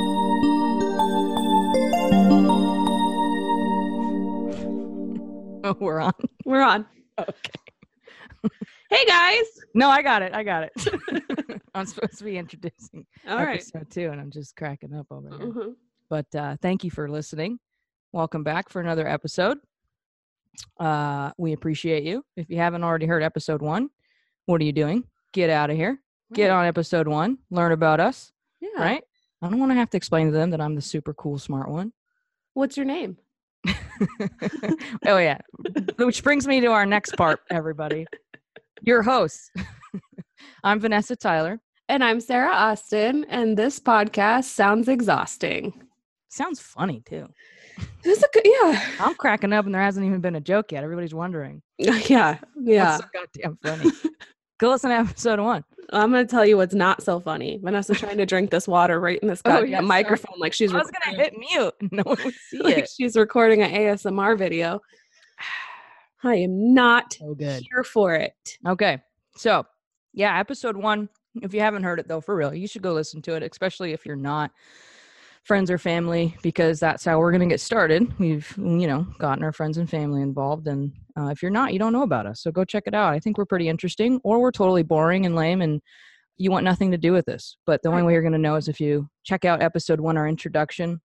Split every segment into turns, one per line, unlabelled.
Oh, we're on.
We're on.
Okay.
Hey guys.
No, I got it. I got it. I'm supposed to be introducing
All right.
episode two, and I'm just cracking up over here.
Mhm.
But uh, thank you for listening. Welcome back for another episode. Uh, we appreciate you. If you haven't already heard episode one, what are you doing? Get out of here. Get
Right.
on episode one. Learn about us.
Yeah.
Right. I don't want to have to explain to them that I'm the super cool, smart one.
What's your name?
oh yeah. Which brings me to our next part, everybody. Your host. I'm Vanessa Tyler.
And I'm Sarah Austin, and this podcast sounds exhausting.
Sounds funny too.
This is a good, yeah,
I'm cracking up and there hasn't even been a joke yet. Everybody's wondering.
yeah, yeah.
What's so goddamn funny? Go listen to episode one.
I'm gonna tell you what's not so funny. Vanessa trying to drink this water right in this
Oh,
goddamn
yeah, sorry.
microphone, like she's
I was
recording-
gonna hit mute and no one would see
like
it.
she's recording an ASMR video. I am not
So good.
here for it.
Okay. So yeah, episode one. If you haven't heard it though, for real, you should go listen to it, especially if you're not friends or family, because that's how we're gonna get started. We've you know gotten our friends and family involved, and uh, if you're not, you don't know about us. So go check it out. I think we're pretty interesting, or we're totally boring and lame, and you want nothing to do with this. But the only
Right.
way you're gonna know is if you check out episode one, our introduction,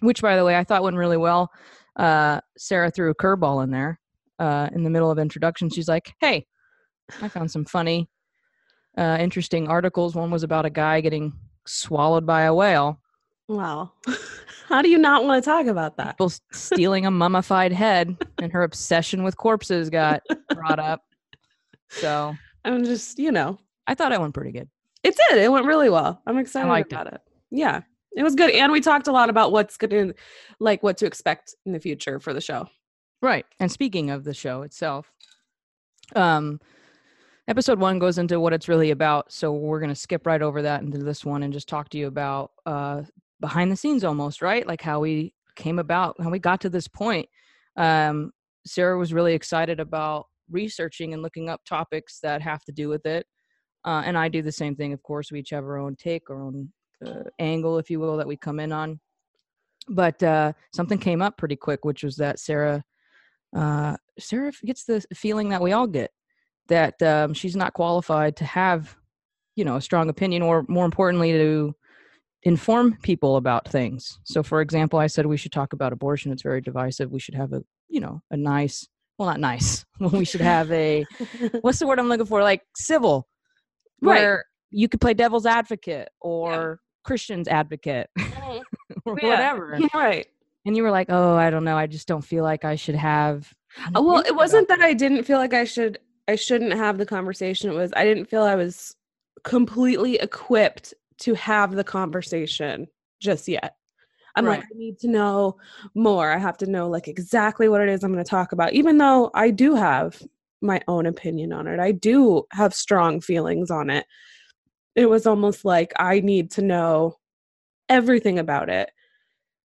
which by the way I thought went really well. Uh, Sarah threw a curveball in there uh, in the middle of introduction. She's like, "Hey." I found some funny, uh, interesting articles. One was about a guy getting swallowed by a whale,
Wow. How do you not want to talk about that?
people s- stealing a mummified head, and her obsession with corpses got brought up. So
I'm just, you know,
I thought it went pretty good.
it did. It went really well. I'm excited
liked it.
about it. Yeah. It was good. And we talked a lot about what's good in like what to expect in the future for the show.
Right. And speaking of the show itself, um, episode one goes into what it's really about. So we're going to skip right over that into this one and just talk to you about uh, behind the scenes almost, right? Like how we came about, how we got to this point. Um, Sarah was really excited about researching and looking up topics that have to do with it. Uh, and I do the same thing, of course. We each have our own take, our own uh, angle, if you will, that we come in on. But uh, something came up pretty quick, which was that Sarah uh, Sarah f- gets the s- feeling that we all get that um, she's not qualified to have, you know, a strong opinion, or more importantly, to inform people about things. So, for example, I said we should talk about abortion. It's very divisive. We should have a, you know, a nice, well, not nice. Well, we should have a what's the word I'm looking for? Like civil,
Right.
where you could play devil's advocate or Christian's advocate or
Yeah.
whatever.
right.
And you were like, oh, I don't know. I just don't feel like I should have. an
Uh, Well,
opinion
it
about
wasn't that I didn't feel like I should I shouldn't have the conversation. It was I didn't feel I was completely equipped to have the conversation just yet. I'm like,
Right.
I need to know more. I have to know like exactly what it is I'm going to talk about, even though I do have my own opinion on it. I do have strong feelings on it. It was almost like I need to know everything about it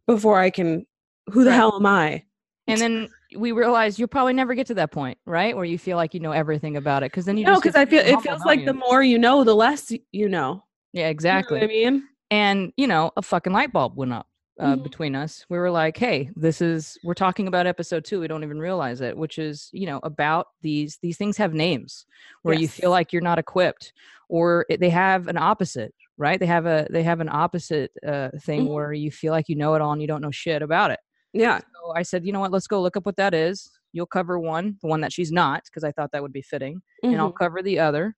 before I can. Who the
Right.
hell am I?
And then we realize you'll probably never get to that point, right? Where you feel like you know everything about it. Cause then you
No,
just
because
get
I feel it
humbled,
feels
don't
like the Mm-hmm.
you?
more you know, the less y- you know.
Yeah,
You know
exactly.
what I mean,
And you know, a fucking light bulb went up uh,
Mhm.
between us. We were like, hey, this is we're talking about episode two. We don't even realize it, which is, you know, about these these things have names where you feel
Yes.
like you're not equipped or it, they have an opposite, right? They have a they have an opposite uh, thing
Mhm.
where you feel like you know it all and you don't know shit about it.
yeah,
So I said, you know what? Let's go look up what that is. You'll cover one, the one that she's not, because I thought that would be fitting, and I'll
Mhm.
cover the other.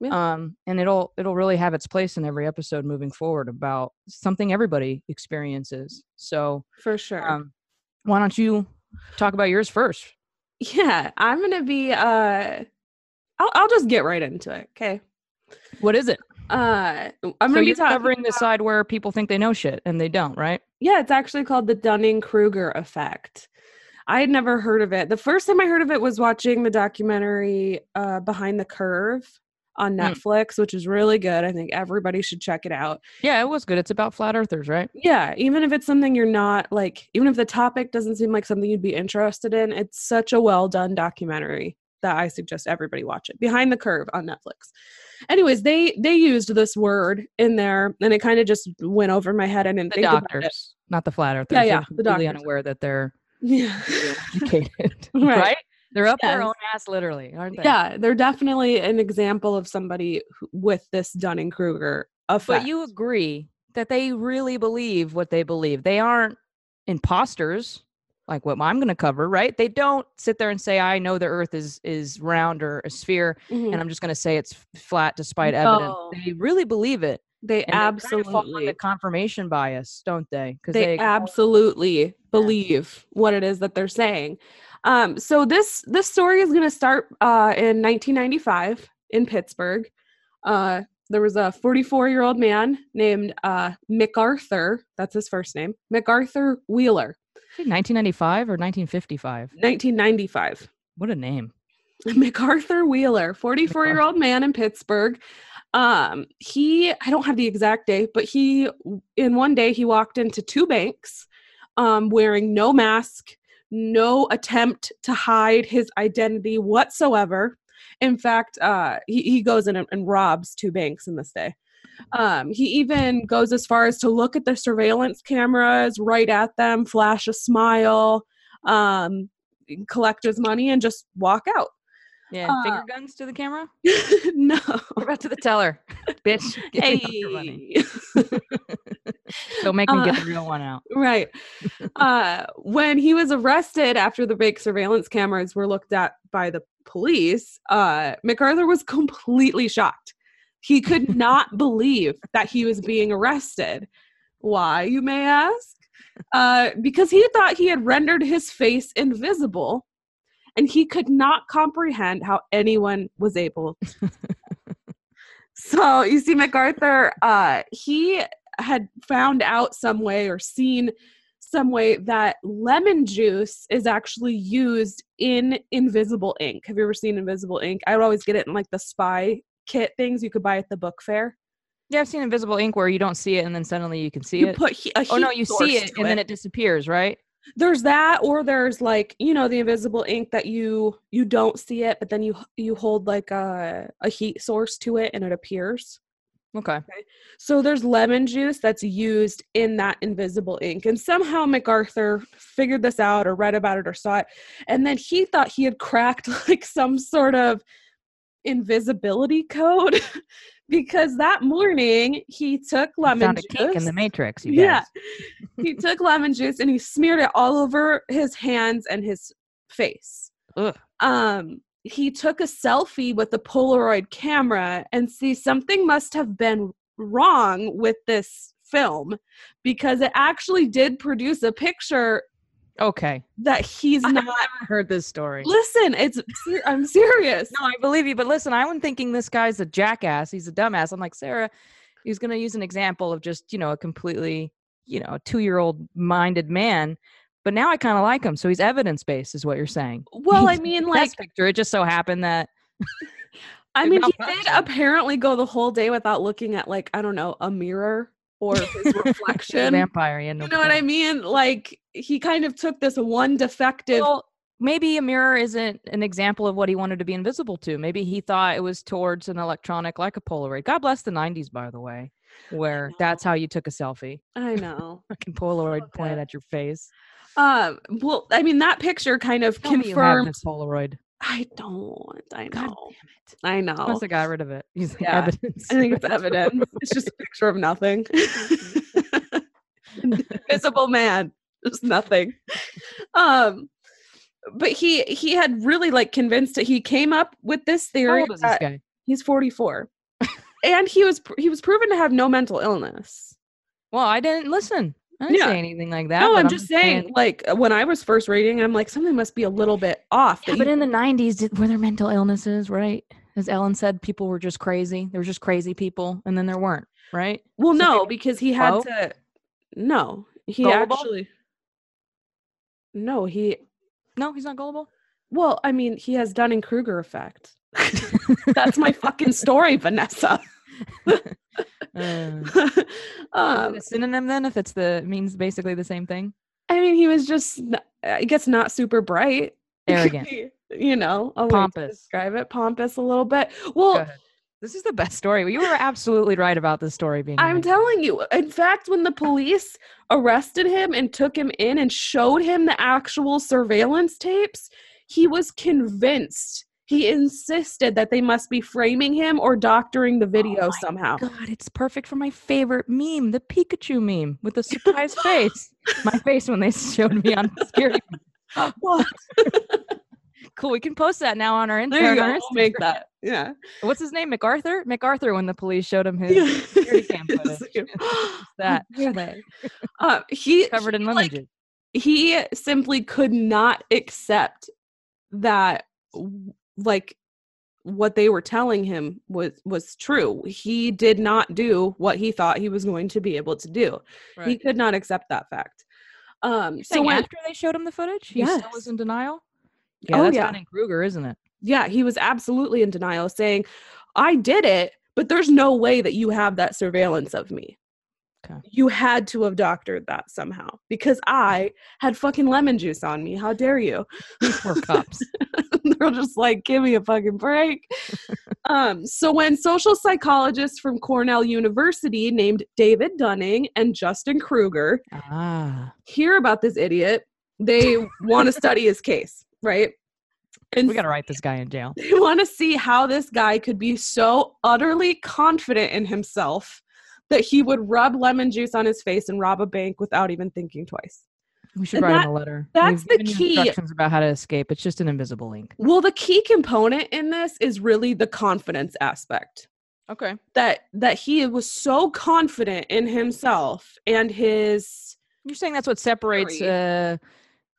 Yeah.
Um, and it'll it'll really have its place in every episode moving forward about something everybody experiences. So,
Mm-hmm, for sure.
um, why don't you talk about yours first?
yeah, I'm gonna be. uh I'll I'll just get right into it. Okay.
What is it?
Uh, I'm
so
gonna be
you're
talking
covering the side where people think they know shit and they don't, right?
Yeah, it's actually called the Dunning Kruger effect. I had never heard of it. The first time I heard of it was watching the documentary uh, Behind the Curve on
Mm.
Netflix, which is really good. I think everybody should check it out.
Yeah, it was good. It's about flat earthers, right?
Yeah, even if it's something you're not like, even if the topic doesn't seem like something you'd be interested in, it's such a well done documentary. that I suggest everybody watch it. Behind the Curve on Netflix. Anyways, they they used this word in there, and it kind of just went over my head. I didn't
The
think about it.
doctors, not the flat earthers.
Yeah, yeah,
They're
the
completely
doctors.
unaware that they're
Yeah.
educated,
Right.
right. They're up their
Yes.
own ass, literally, aren't they?
Yeah, they're definitely an example of somebody who, with this Dunning Kruger effect.
But you agree that they really believe what they believe. They aren't imposters like what I'm going to cover, right? They don't sit there and say I know the earth is is round or a sphere and
Mhm.
I'm just going to say it's f- flat despite evidence.
No.
They really believe it.
they
and they kinda fall
absolutely
into confirmation bias, don't they? Cuz
they, absolutely believe what it is that they're saying. Um, so this this story is going to start uh, in 1995 in Pittsburgh. Uh, there was a 44 year old man named uh, MacArthur. That's his first name, MacArthur Wheeler,
1995 or 1955.
1995.
What a name.
MacArthur Wheeler, 44 year old man in Pittsburgh. Um, he, I don't have the exact date, but he, in one day, he walked into two banks um, wearing no mask, no attempt to hide his identity whatsoever. In fact, uh, he, he goes in and, and robs two banks in this day. Um, he even goes as far as to look at the surveillance cameras, right at them, flash a smile, um, collect his money, and just walk out.
Yeah,
Uh,
finger guns to the camera.
no.
What about to the teller? Bitch, give me all your money.
Hey.
Don't make them
Uh,
get the real one out.
right. Uh, when he was arrested after the big surveillance cameras were looked at by the police, uh, MacArthur was completely shocked. He could not believe that he was being arrested. Why, you may ask? Uh, because he thought he had rendered his face invisible and he could not comprehend how anyone was able. to- so you see, MacArthur, uh, he had found out some way or seen some way that lemon juice is actually used in invisible ink. Have you ever seen invisible ink? I would always get it in like the spy kit things you could buy at the book fair.
Yeah, I've seen invisible ink where you don't see it and then suddenly you can see
you
it.
put he- a
oh no,
heat
you
source
see it
to
and then it disappears, right?
there's that or there's like you know the invisible ink that you you don't see it but then you you hold like a a heat source to it and it appears
Okay.
so there's lemon juice that's used in that invisible ink and somehow macarthur figured this out or read about it or saw it and then he thought he had cracked like some sort of invisibility code because that morning he took
I
lemon
found a
juice
kink in the matrix, you
Yeah.
guys.
he took lemon juice and he smeared it all over his hands and his face.
Ugh.
Um, he took a selfie with a Polaroid camera and see something must have been wrong with this film because it actually did produce a picture
Okay.
that he's
I've
not.
I heard this story.
Listen, it's ser- I'm serious.
No, I believe you, but listen, I wasn't thinking this guy's a jackass. He's a dumbass. I'm like, Sarah, he's gonna use an example of just, you know, a completely, you know, two year old minded man. But now I kinda like him. So he's evidence based is what you're saying.
Well, I
He's-
mean,
Like,
like,
picture. It just so happened that
I
good
mean, he
malfunction.
did apparently go the whole day without looking at, like, I don't know, a mirror or his
the
reflection.
vampire. Yeah, no
you know what I mean? Like he kind of took this one defective.
Well, maybe a mirror isn't an example of what he wanted to be invisible to. Maybe he thought it was towards an electronic like a Polaroid. God bless the 90s, by the way, where that's how you took a selfie.
I know.
Fucking Polaroid pointed
that.
at your face.
Um. Well, I mean that picture kind of
Tell me you have
confirmed.
this Polaroid.
I don't. I
God
know. I know.
Must have got rid of it. Using
Yeah.
evidence.
I think it's evidence. It's just a picture of nothing. Invisible man, just nothing. Um. But he he had really like convinced it. He came up with this
How
theory.
old is
that-
this guy?
he's forty four, and he was pr- he was proven to have no mental illness.
Well, I didn't listen. I didn't
Yeah.
say anything like that.
No,
but
I'm just saying, like uh, when I was first reading, I'm like, something must be a little bit off.
Yeah,
that
but
you-
in the 90s, did, were there mental illnesses, right? As Ellen said, people were just crazy. There were just crazy people, and then there weren't, right?
well,
so
no,
maybe
because he had
slow?
to. No, he
Gullible?
actually. No, he.
No, he's not gullible.
Well, I mean, he has Dunning Kruger effect. That's my fucking story, Vanessa.
Uh, Is it
um,
a synonym then if it's the means basically the same thing?
I mean, he was just, n- I guess, not super bright.
Arrogant.
He- you know, a way to
Pompous.
describe it pompous a little bit. Well,
ahead. This is the best story. You were absolutely right about this story being.
I'm
amazing.
telling you. In fact, when the police arrested him and took him in and showed him the actual surveillance tapes, he was convinced. He insisted that they must be framing him or doctoring the video
Oh my
somehow.
God, it's perfect for my favorite meme, the Pikachu meme with the surprise face. My face when they showed me on security.
What?
Cool, we can post that now on our Instagram.
There you go.
on our
I'll make
Instagram.
that. Yeah.
What's his name? MacArthur? MacArthur when the police showed him his security cam footage.
It's
that
really. Uh, he
covered in lemon
like,
juice.
he simply could not accept that w- like what they were telling him was was true he did not do what he thought he was going to be able to do he could not accept that fact um
so
so when,
after they showed him the footage, he still was
Yes.
in denial.
Oh,
that's
yeah.
Dunning Kruger, isn't it?
yeah he was absolutely in denial saying i did it but there's no way that you have that surveillance of me
Okay.
you had to have doctored that somehow because i had fucking lemon juice on me how dare you
These were cops.
they're just like, give me a fucking break. um, so when social psychologists from Cornell University named David Dunning and Justin Kruger
ah,
hear about this idiot, they want to study his case, right? And
we got to write this guy in jail.
they want to see how this guy could be so utterly confident in himself that he would rub lemon juice on his face and rob a bank without even thinking twice.
We should
And
write
that-
him a letter.
that's
We've
the
given you
key.
Instructions about how to escape. It's just an invisible link.
Well, the key component in this is really the confidence aspect.
Okay.
that that he was so confident in himself and his
You're saying that's what separates
Theory.
a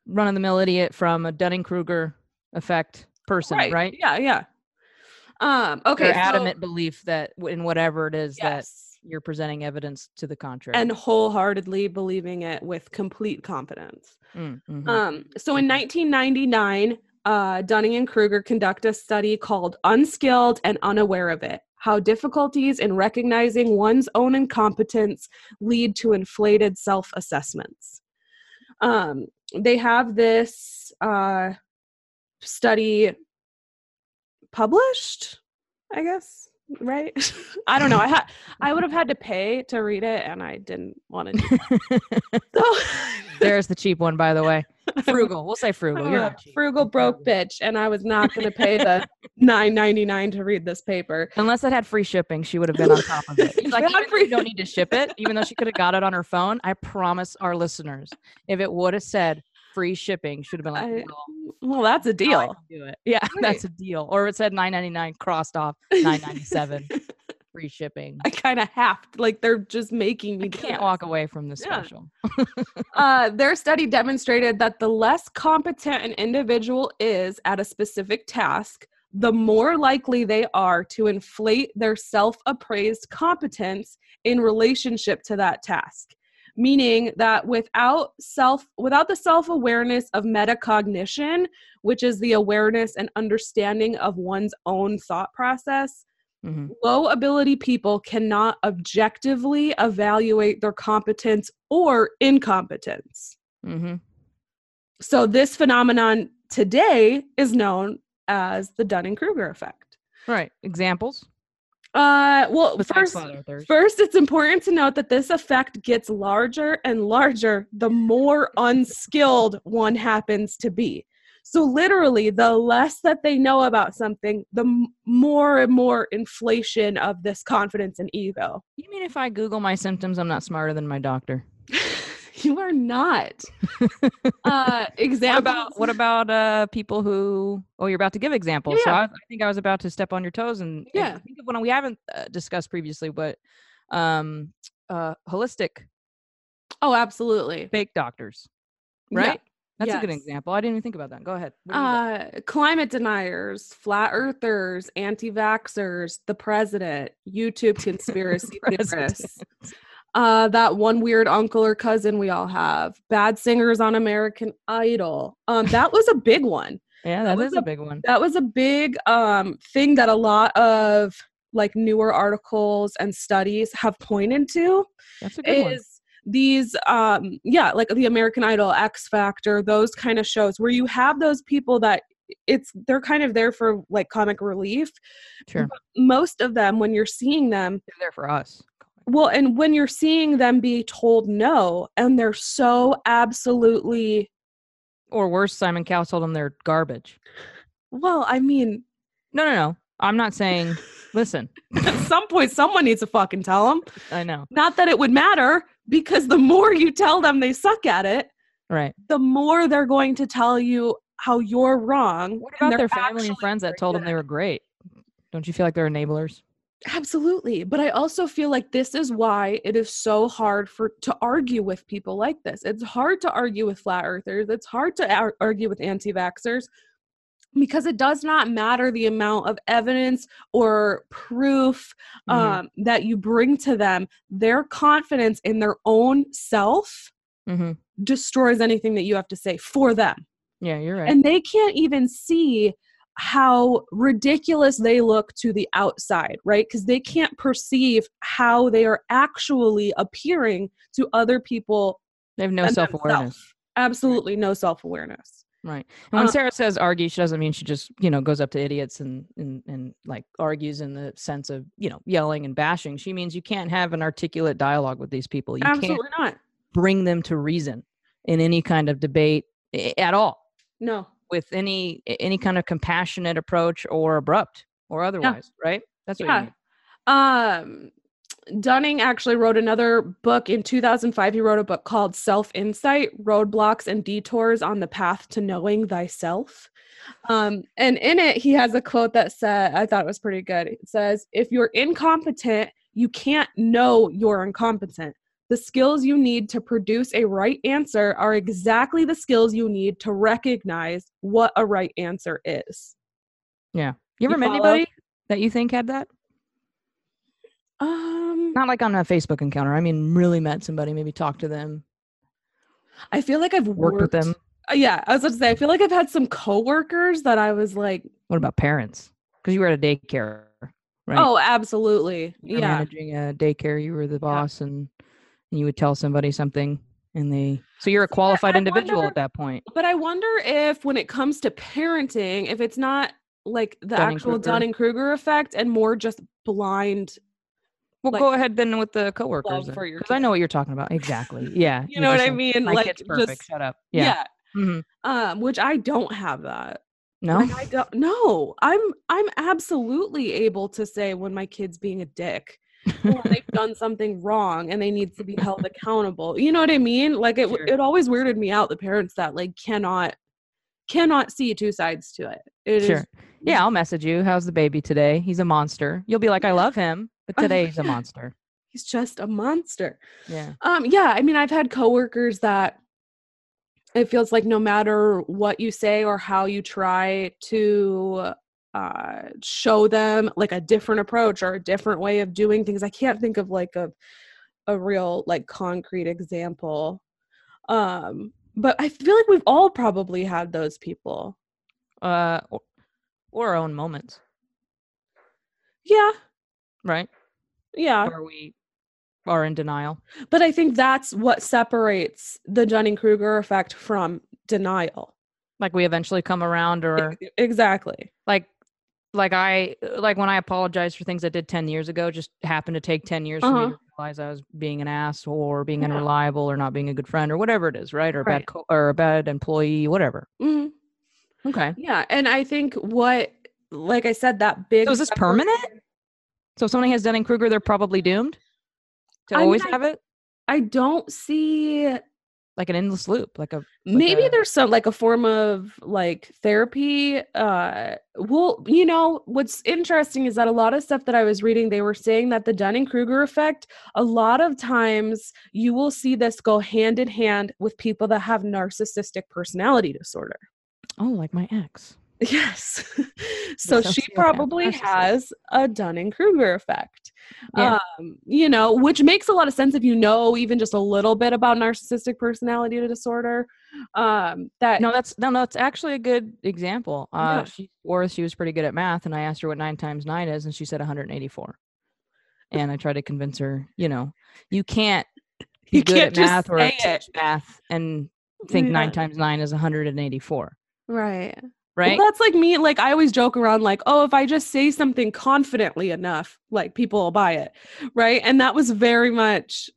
run of the mill idiot from a Dunning Kruger effect person, right?
yeah yeah um okay
Their
so-
adamant belief that w- in whatever it is that
yes
you're presenting evidence to the contrary.
and wholeheartedly believing it with complete confidence
Mm, mhm.
um so in 1999 uh, Dunning and Kruger conduct a study called Unskilled and Unaware of It How Difficulties in Recognizing One's Own Incompetence Lead to Inflated Self Assessments. Um, they have this uh, study published, I guess, right? I don't know. I, ha- I would have had to pay to read it, and I didn't want to do that. so.
There's the cheap one, by the way. Frugal. We'll say frugal.
I'm
You're
a
not cheap.
frugal broke bitch, and I was not going to pay the nine ninety nine to read this paper.
Unless it had free shipping, she would have been on top of it. She's like,
Not
even if
free-
you don't need to ship it, even though she could have got it on her phone. I promise our listeners, if it would have said free shipping, should have been like,
I-
well,
Well, that's
now
a
I
deal.
can do it.
Yeah,
That's a deal. Or it said 9.99 crossed off 9.97 free shipping.
I kind of have to, like they're just making me.
You
do
can't
it.
walk away from this
Yeah.
special.
Uh, their study demonstrated that the less competent an individual is at a specific task, the more likely they are to inflate their self appraised competence in relationship to that task. Meaning that without self, without the self awareness of metacognition, which is the awareness and understanding of one's own thought process,
Mhm.
low ability people cannot objectively evaluate their competence or incompetence.
Mhm.
So, this phenomenon today is known as the Dunning Kruger effect.
Right. Examples?
Uh, well,
Besides
first,
Slaughter Thursday.
first, it's important to note that this effect gets larger and larger the more unskilled one happens to be. So, literally, the less that they know about something, the m- more and more inflation of this confidence and ego.
You mean if I Google my symptoms, I'm not smarter than my doctor?
you are not. uh,
What
examples.
about what about uh people who? Oh, you're about to give examples. So
Yeah.
I, I think I was about to step on your toes and and
Yeah.
Think of one we haven't uh, discussed previously, but um, uh, holistic
Oh, absolutely.
fake doctors,
Yeah.
right? That's a good
Yes.
example. I didn't even think about that. Go ahead. What do you got?
Uh, climate deniers, flat earthers, anti vaxxers, the president, YouTube conspiracy theorists, uh, that one weird uncle or cousin we all have, bad singers on American Idol. Um, that was a big one.
yeah, that
was
is a big one.
That was a big um, thing that a lot of like newer articles and studies have pointed to.
That's a good one.
is these um yeah like the american idol x factor those kind of shows where you have those people that it's they're kind of there for like comic relief.
Sure.
Most of them, when you're seeing them,
They're there for us.
well, and when you're seeing them be told no, and they're so absolutely
Or worse, Simon Cowell told them they're garbage.
well, I mean,
No, no, no. I'm not saying, listen,
at some point, someone needs to fucking tell them.
I know.
Not that it would matter, because the more you tell them they suck at it,
Right.
the more they're going to tell you how you're wrong.
What
and
about
they're
their family and
actually
friends that
very
told them
good
they were great? Don't you feel like they're enablers?
absolutely but i also feel like this is why it is so hard for to argue with people like this it's hard to argue with flat earthers it's hard to ar- argue with anti-vaxxers because it does not matter the amount of evidence or proof
Mhm,
um, that you bring to them their confidence in their own self
mhm.
destroys anything that you have to say for them
Yeah, you're right.
and they can't even see how ridiculous they look to the outside, right? Because they can't perceive how they are actually appearing to other people.
they have no
and
self awareness.
Absolutely no self awareness.
Right. And when
Uh,
Sarah says argue, she doesn't mean she just, you know, goes up to idiots and, and, and like argues in the sense of, you know, yelling and bashing. She means you can't have an articulate dialogue with these people. You can't
Absolutely not.
bring them to reason in any kind of debate i- at all
No.
with any a- any kind of compassionate approach or abrupt or otherwise, right? That's what you
Yeah.
mean.
Um, Dunning actually wrote another book in 2005. He wrote a book called Self Insight Roadblocks and Detours on the Path to Knowing Thyself. Um, and in it, he has a quote that said, I thought it was pretty good. It says, If you're incompetent, you can't know you're incompetent. The skills you need to produce a right answer are exactly the skills you need to recognize what a right answer is.
You
You
ever met
follow?
anybody that you think had that?
Um,
Not like on a Facebook encounter. I mean, really met somebody, maybe talked to them,
I feel like I've
worked, with them.
Uh, yeah, I was about to say, I feel like I've had some coworkers that I was like,
What about parents? Because you were at a daycare, right?
oh, absolutely.
you were
yeah.
managing a daycare, you were the boss, and, and you would tell somebody something, and they so you're a qualified
I
individual
wonder-
at that point.
But I wonder if when it comes to parenting, if it's not like the
Dunning-Kruger.
actual Dunning Kruger effect and more just blind.
Well,
like,
go ahead then with the coworkers,
for your
because I know what you're talking about exactly. Yeah,
You
you're
know what
just
I
like,
mean?
My
like,
kid's perfect.
just,
Shut up. Yeah.
yeah.
Mhm.
Um, which I don't have that.
No.
Like, I don't. No, I'm I'm absolutely able to say when my kid's being a dick. or when they've done something wrong and they need to be held accountable. You know what I mean? Like it
Sure.
it always weirded me out the parents that like cannot cannot see two sides to it. It is
Sure. Yeah, I'll message you. How's the baby today? He's a monster. You'll be like, I love him, but
Oh,
today he's a
yeah.
monster.
he's just a monster.
Yeah.
Um yeah, I mean I've had coworkers that it feels like no matter what you say or how you try to uh show them like a different approach or a different way of doing things. I can't think of like a a real like concrete example. Um but I feel like we've all probably had those people.
Uh, or, or our own moments,
Yeah.
right?
Yeah.
Where we are in denial.
But I think that's what separates the Dunning-Kruger effect from denial. E,
Like we eventually come around, or
Exactly.
like, like I, like when I apologized for things I did 10 years ago, just happened to take 10 years for me
Uh-huh.
to realize I was being an ass or being
Yeah.
unreliable or not being a good friend or whatever it is, right? Or a
Right.
bad, co- or a bad employee, whatever.
Mhm.
Okay.
Yeah, and I think what, like I said, that big.
So is this
separa-
permanent? So if somebody has Dunning Kruger, they're probably doomed to
I mean,
always
I-
have it,
I don't see.
like an endless loop, like a
Maybe
a-
there's some like a form of like therapy. Uh, well, you know what's interesting is that a lot of stuff that I was reading, they were saying that the Dunning Kruger effect. A lot of times, you will see this go hand in hand with people that have narcissistic personality disorder.
oh, like my ex.
Yes. so she
sociopath
probably
narcissist.
has a Dunning Kruger effect.
Yeah.
Um, you know, which makes a lot of sense if you know even just a little bit about narcissistic personality disorder. Um, that
No, that's no, no, that's actually a good example. Uh,
Yeah.
she or she was pretty good at math, and I asked her what nine times nine is, and she said 184. And I tried to convince her, you know, you can't be
You
good
can't
at
just
math or
say
teach math and think nine times nine is 184.
right.
right?
Well, that's like me. Like I always joke around, like, oh, if I just say something confidently enough, like people will buy it, right? And that was very much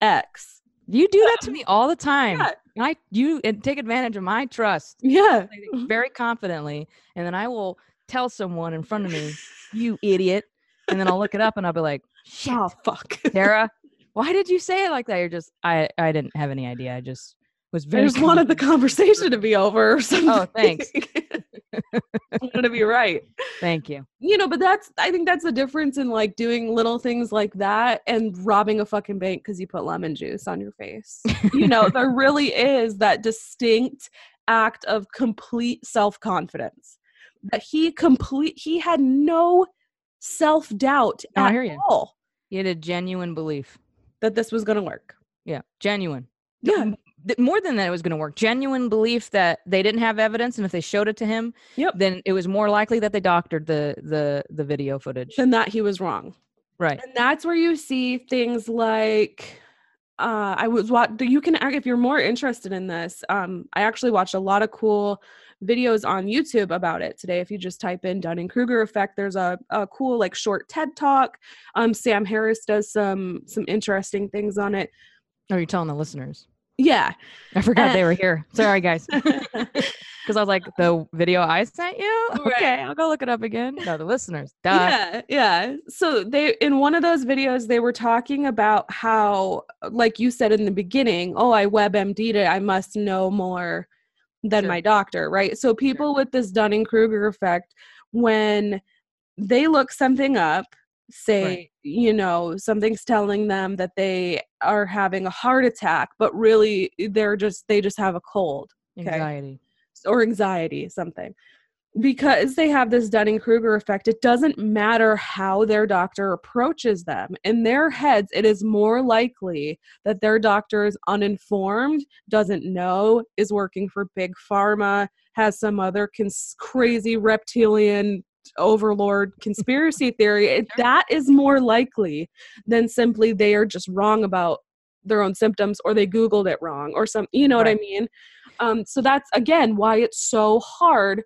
X.
you do that to me all the time.
Yeah.
And I you and take advantage of my trust
Yeah.
I think, very confidently, and then I will tell someone in front of me, "You idiot," and then I'll look it up and I'll be like, "Shit,
Oh fuck.
Sarah, why did you say it like that?" You're just I I didn't have any idea. I just was
I
very
just wanted the conversation to be over or something.
thanks.
I wanted to be right.
confident. Thank you.
You know, but that's I think that's the difference in like doing little things like that and robbing a fucking bank because you put lemon juice on your face. you know, there really is that distinct act of complete self-confidence. That he complete he had no self-doubt
No, I
at
hear you.
all
You had a genuine belief.
that this was gonna work.
Yeah, genuine.
Yeah.
Th- more than that, it was going to work. Genuine belief that they didn't have evidence, and if they showed it to him,
Yep.
then it was more likely that they doctored the the the video footage.
Than that he was wrong.
Right.
And that's where you see things like uh, I was what you can act if you're more interested in this. Um, I actually watched a lot of cool videos on YouTube about it today. If you just type in Dunning Kruger effect, there's a, a cool like short TED talk. Um, Sam Harris does some some interesting things on it.
Oh, you're telling the listeners.
Yeah,
I forgot
Uh,
they were here. Sorry, guys.
right.
Because I was like, the video I sent you?
Right.
Okay, I'll go look it up again. No, the listeners. Duh.
yeah, yeah. So they in one of those videos they were talking about how, like you said in the beginning, oh, I WebMD'd it. I must know more than
Sure.
my doctor, right? So people with this Dunning Kruger effect, when they look something up, say,
Right.
you know, something's telling them that they are having a heart attack, but really they're just they just have a cold okay.
Anxiety.
or anxiety, something. Because they have this Dunning Kruger effect, it doesn't matter how their doctor approaches them. In their heads, it is more likely that their doctor is uninformed, doesn't know, is working for Big Pharma, has some other cons- crazy reptilian overlord conspiracy theory. It, that is more likely than simply they are just wrong about their own symptoms or they Googled it wrong or some, you know what I
Right.
mean? Um, so that's again why it's so hard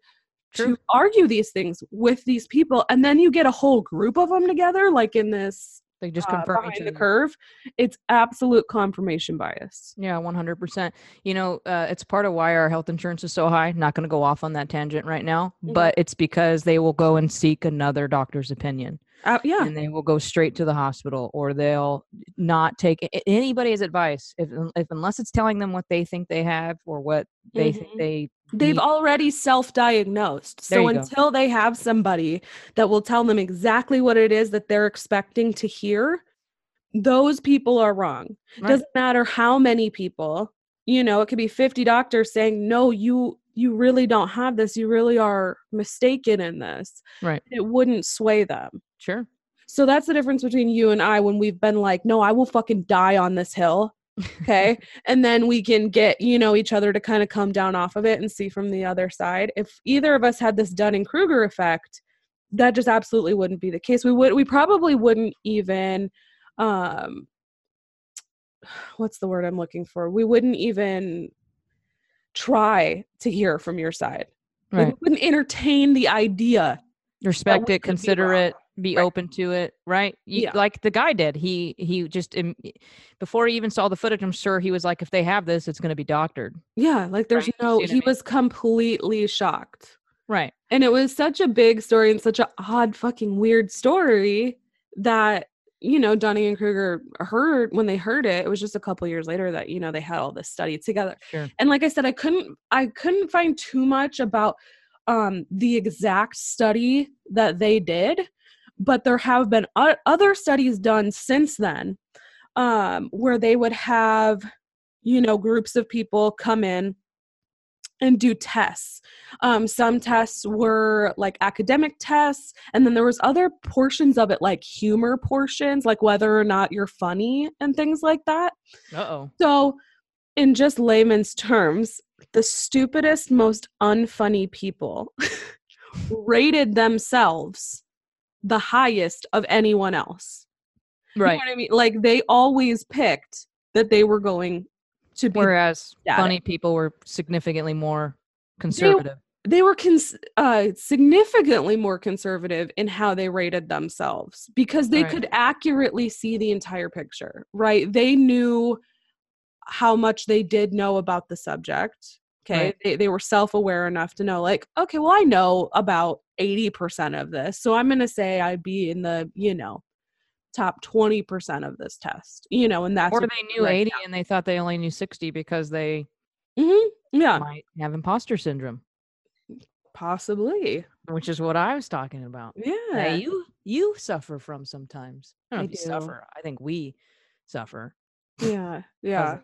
True.
to argue these things with these people, and then you get a whole group of them together, like in this
They just
uh,
confirm each
behind the
other.
curve. It's absolute confirmation bias.
Yeah, 100%. You know, uh, it's part of why our health insurance is so high. Not going to go off on that tangent right now,
Mhm.
but it's because they will go and seek another doctor's opinion
Uh, yeah,
and they will go straight to the hospital or they'll not take a- anybody's advice if, if unless it's telling them what they think they have or what they think
Mhm.
they
they've
need.
already self-diagnosed,
There
so
you go.
until they have somebody that will tell them exactly what it is that they're expecting to hear, those people are wrong.
Right.
doesn't matter how many people you know it could be 50 doctors saying no you you really don't have this you really are mistaken in this
Right.
it wouldn't sway them
sure.
so that's the difference between you and i when we've been like no i will fucking die on this hill okay and then we can get you know each other to kind of come down off of it and see from the other side if either of us had this dunning-kruger effect that just absolutely wouldn't be the case we would we probably wouldn't even um what's the word i'm looking for we wouldn't even try to hear from your side
Right.
Like, we wouldn't entertain the idea
respect
we
it
could be
consider
wrong.
it be
Right.
open to it right you,
Yeah.
like the guy did he he just im- before he even saw the footage i'm sure he was like if they have this it's going to be doctored
yeah like there's
Right, you
no
see what I
he
mean?
was completely shocked
right
and it was such a big story and such an odd fucking weird story that you know Donnie and Kruger heard when they heard it it was just a couple years later that you know they had all this study together
sure
and like i said i couldn't i couldn't find too much about um the exact study that they did but there have been o- other studies done since then um where they would have you know groups of people come in and do tests um some tests were like academic tests and then there was other portions of it like humor portions like whether or not you're funny and things like that
uh-oh
so, in just layman's terms, the stupidest, most unfunny people rated themselves the highest of anyone else. You know
right
what I mean? Like they always picked that they were going to be
whereas
Got it.
funny people were significantly more conservative
they were cons- uh, significantly more conservative in how they rated themselves because they
Right.
could accurately see the entire picture, right? They knew how much they did know about the subject. Okay.
Right.
They, they were self aware enough to know, like, okay, well, I know about 80% of this. So I'm going to say I'd be in the, you know, top 20% of this test, you know, and that's
or
what-
they knew
right
80 and they thought they only knew 60 because they
Mhm. yeah,
might have imposter syndrome,
possibly.
which is what I was talking about.
Yeah.
that you you suffer from sometimes. I don't know
I
if you
do.
suffer. I think we suffer
Yeah.
because
Yeah.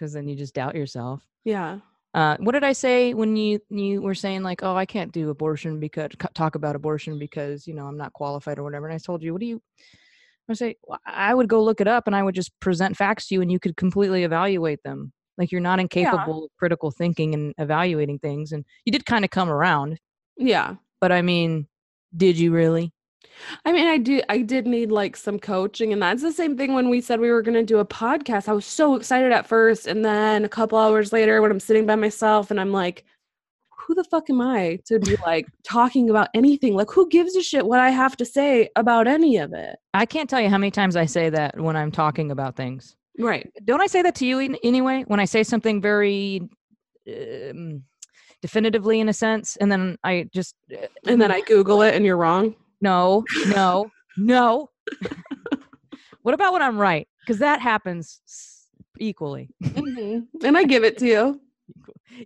then you just doubt yourself.
Yeah.
Uh, what did I say when you you were saying like, oh, I can't do abortion because c- talk about abortion because you know I'm not qualified or whatever? And I told you, what do you? I say "Well, I would go look it up and I would just present facts to you and you could completely evaluate them. Like you're not incapable of critical thinking and evaluating things. And you did kind of come around,
Yeah.
but I mean, did you really?
I mean, I do. I did need like some coaching, and that's the same thing when we said we were going to do a podcast. I was so excited at first, and then a couple hours later, when I'm sitting by myself, and I'm like, "Who the fuck am I to be like talking about anything? Like, who gives a shit what I have to say about any of it?"
I can't tell you how many times I say that when I'm talking about things.
Right.
Don't I say that to you in, anyway? When I say something very um, definitively, in a sense, and then I just uh,
And then I Google it, and you're wrong.
no, no, no. what about when I'm right? Because that happens s- equally.
And I give it to you.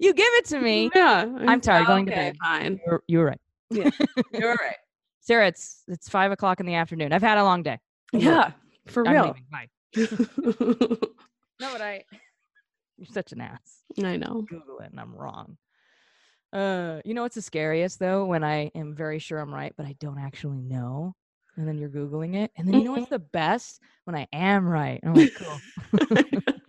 You give it to Mm-hmm. me.
Yeah.
I'm tired,
like,
going to
"Okay,
bed."
Fine.
You're, you're right,
You're all right.
Sarah. It's it's five o'clock in the afternoon. I've had a long day. I'm leaving.
Yeah. For
I'm
real.
leaving. Bye.
I
No, but I. You're such an ass.
know.
Google it and I'm wrong. Uh, you know what's the scariest though? When I am very sure I'm right, but I don't actually know. And then you're Googling it. And then you know what's
Mm-hmm.
the best? When I am right. I'm like, cool.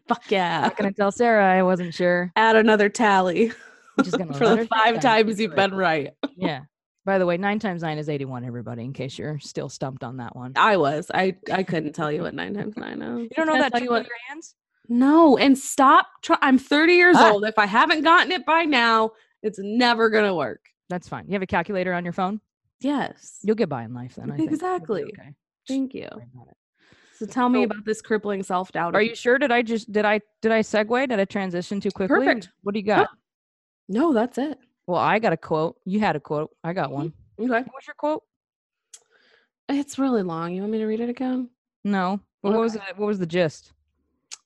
Fuck yeah.
I'm not gonna tell Sarah I wasn't sure.
Add another tally.
I'm just gonna
for
let
the
her think
five
I'm
times you've
right.
been right.
Yeah. By the way, nine times nine is eighty-one, everybody, in case you're still stumped on that one.
I was. I I couldn't tell you what nine times nine is.
You don't know
Can't
that
tell
trick
you
with
what-
your hands?
No, and stop. Try- I'm 30 years
Ah.
old. If I haven't gotten it by now, it's never gonna work.
That's fine. You have a calculator on your phone?
Yes.
You'll get by in life then. I think. You'll be
Exactly.
Okay.
Thank you.
Don't worry about it.
So tell me
So-
about this crippling self doubt.
Are you sure? Did I just did I did I segue? Did I transition too quickly?
Perfect.
What do you got?
No, that's it.
Well, I got a quote. You had a quote. I got
Mhm.
one. What
Okay.
was your quote?
It's really long. You want me to read it again?
No. Well, What was it?
Okay.
What was the gist?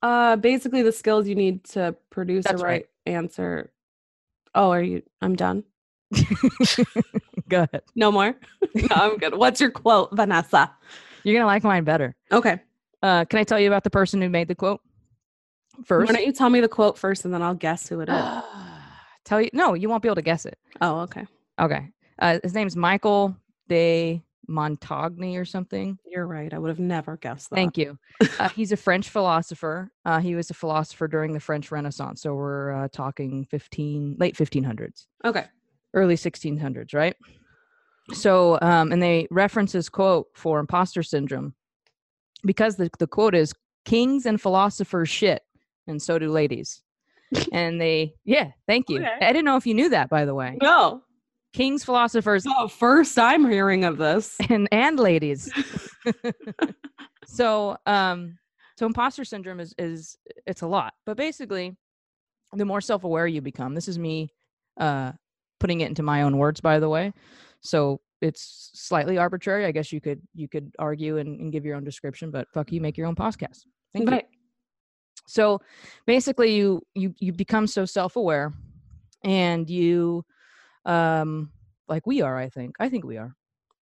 Uh, basically the skills you need to produce
That's
a
right.
right, answer. Oh, are you? I'm done.
Go ahead.
No more. No, I'm good. What's your quote, Vanessa?
You're gonna like mine better.
Okay.
Uh, can I tell you about the person who made the quote
Why
first?
don't you tell me the quote first and then I'll guess who it is?
tell you? No, you won't be able to guess it.
oh, okay.
Okay. Uh, his name's Michael De Montagny or something.
You're right. I would have never guessed that.
Thank you. Uh, he's a French philosopher. Uh, he was a philosopher during the French Renaissance. So we're uh, talking 15, late 1500s.
Okay.
early 1600s, right? So, um, and they reference his quote for imposter syndrome because the, the quote is kings and philosophers shit, and so do ladies. and they, yeah, thank you.
Okay.
I didn't know if you knew that, by the way.
No.
Kings, philosophers,
So first I'm hearing of this.
and and ladies. so um so imposter syndrome is is it's a lot. But basically, the more self-aware you become, this is me uh putting it into my own words by the way. So it's slightly arbitrary. I guess you could you could argue and, and give your own description, but fuck you, make your own podcast. Thank you
Right.
so basically you you you become so self-aware and you um like we are i think i think we are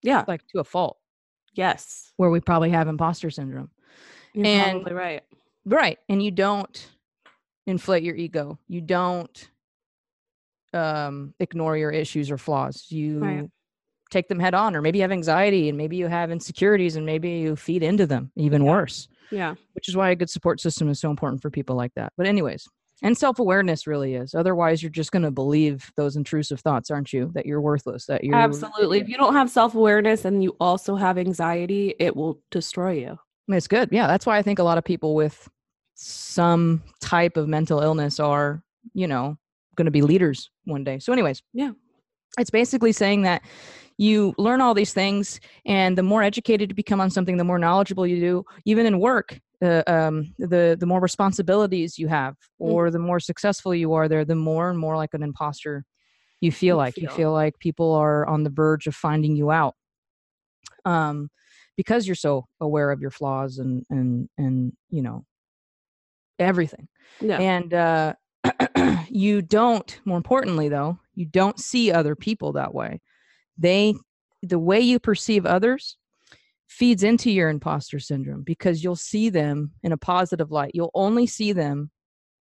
Yeah.
like to a fault
Yes.
where we probably have imposter syndrome
You're
And-
probably right.
right and you don't inflate your ego you don't um ignore your issues or flaws you
Mm.
take them head on or maybe you have anxiety and maybe you have insecurities and maybe you feed into them even worse
Yeah.
which is why a good support system is so important for people like that. But anyways, and self-awareness really is. Otherwise, you're just going to believe those intrusive thoughts, aren't you? That you're worthless, that you're
Absolutely. If you don't have self awareness and you also have anxiety, it will destroy you.
It's good. Yeah, that's why I think a lot of people with some type of mental illness are, you know, going to be leaders one day. So anyways,
Yeah.
It's basically saying that you learn all these things, and the more educated you become on something, the more knowledgeable you do, even in work. Uh, um, the the more responsibilities you have,
Mm.
or the more successful you are there, the more and more like an imposter you feel
You
like. You
feel.
feel like people are on the verge of finding you out. Um, because you're so aware of your flaws and and and you know everything
Yeah.
and uh, you don't more importantly though you don't see other people that way they the way you perceive others feeds into your imposter syndrome because you'll see them in a positive light you'll only see them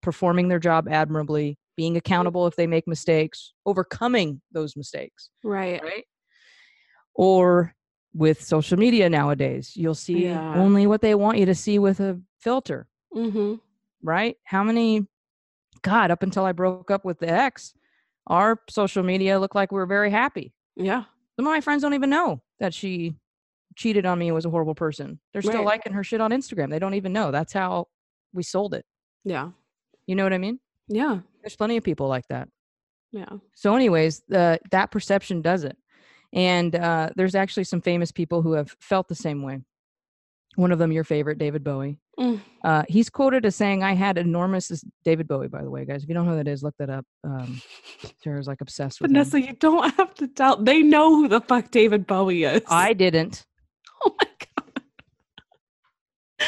performing their job admirably being accountable if they make mistakes overcoming those mistakes
right.
right or with social media nowadays you'll see
Yeah.
only what they want you to see with a filter
Mm-hmm.
right? How many, God, up until I broke up with the ex, our social media looked like we were very happy.
Yeah.
Some of my friends don't even know that she cheated on me and was a horrible person. They're still
Right.
liking her shit on Instagram. They don't even know. That's how we sold it.
Yeah.
You know what I mean?
Yeah.
There's plenty of people like that.
Yeah.
So, anyways, the, that perception does it. And uh, there's actually some famous people who have felt the same way. One of them, your favorite, David Bowie.
Mm.
Uh, he's quoted as saying, "I had enormous." This is David Bowie, by the way, guys. If you don't know who that is, look that up. Um, Sarah's like obsessed with him.
Vanessa, you don't have to tell. They know who the fuck David Bowie is.
I didn't.
Oh my god.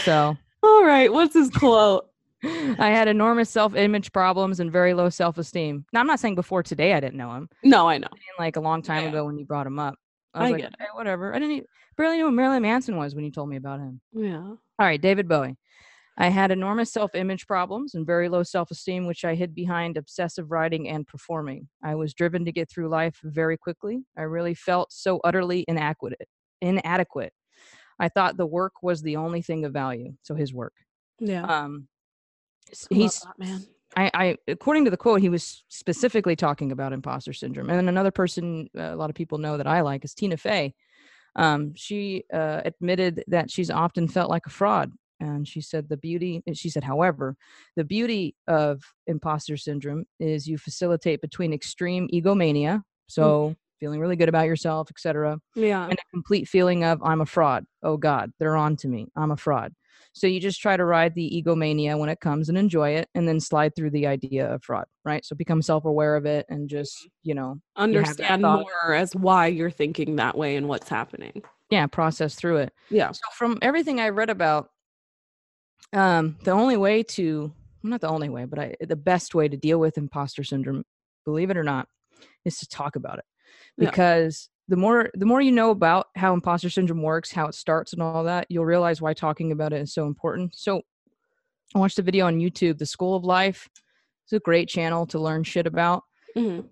So
All right. What's his quote?
I had enormous self-image problems and very low self-esteem. Now I'm not saying before today I didn't know him.
no, I know.
I mean, like a long time
Yeah.
ago when you brought him up, I was
I
like,
get it.
"Okay, whatever. I didn't e barely knew who Marilyn Manson was when you told me about him.
Yeah.
All right, David Bowie. I had enormous self image problems and very low self esteem, which I hid behind obsessive writing and performing. I was driven to get through life very quickly. I really felt so utterly inadequate. inadequate. I thought the work was the only thing of value. So his work.
Yeah.
Um, s-
I love
he's
that man.
I, I according to the quote, he was specifically talking about imposter syndrome. And then another person uh, a lot of people know that I like is Tina Fey. Um, she uh, admitted that she's often felt like a fraud. And she said the beauty, and she said, however, the beauty of imposter syndrome is you facilitate between extreme egomania, so feeling really good about yourself, etc.,
Yeah.
and a complete feeling of I'm a fraud. Oh God, they're on to me. I'm a fraud. So you just try to ride the egomania when it comes and enjoy it, and then slide through the idea of fraud, right? So become self-aware of it and just you know,
Understand
thought.
more as why you're thinking that way and what's happening.
yeah, process through it.
Yeah.
So from everything I read about, um, the only way to well, not the only way, but I, the best way to deal with imposter syndrome, believe it or not, is to talk about it
Yeah.
because the more the more you know about how imposter syndrome works, how it starts, and all that, you'll realize why talking about it is so important. So, I watched a video on YouTube, The School of Life. It's a great channel to learn shit about.
Mhm.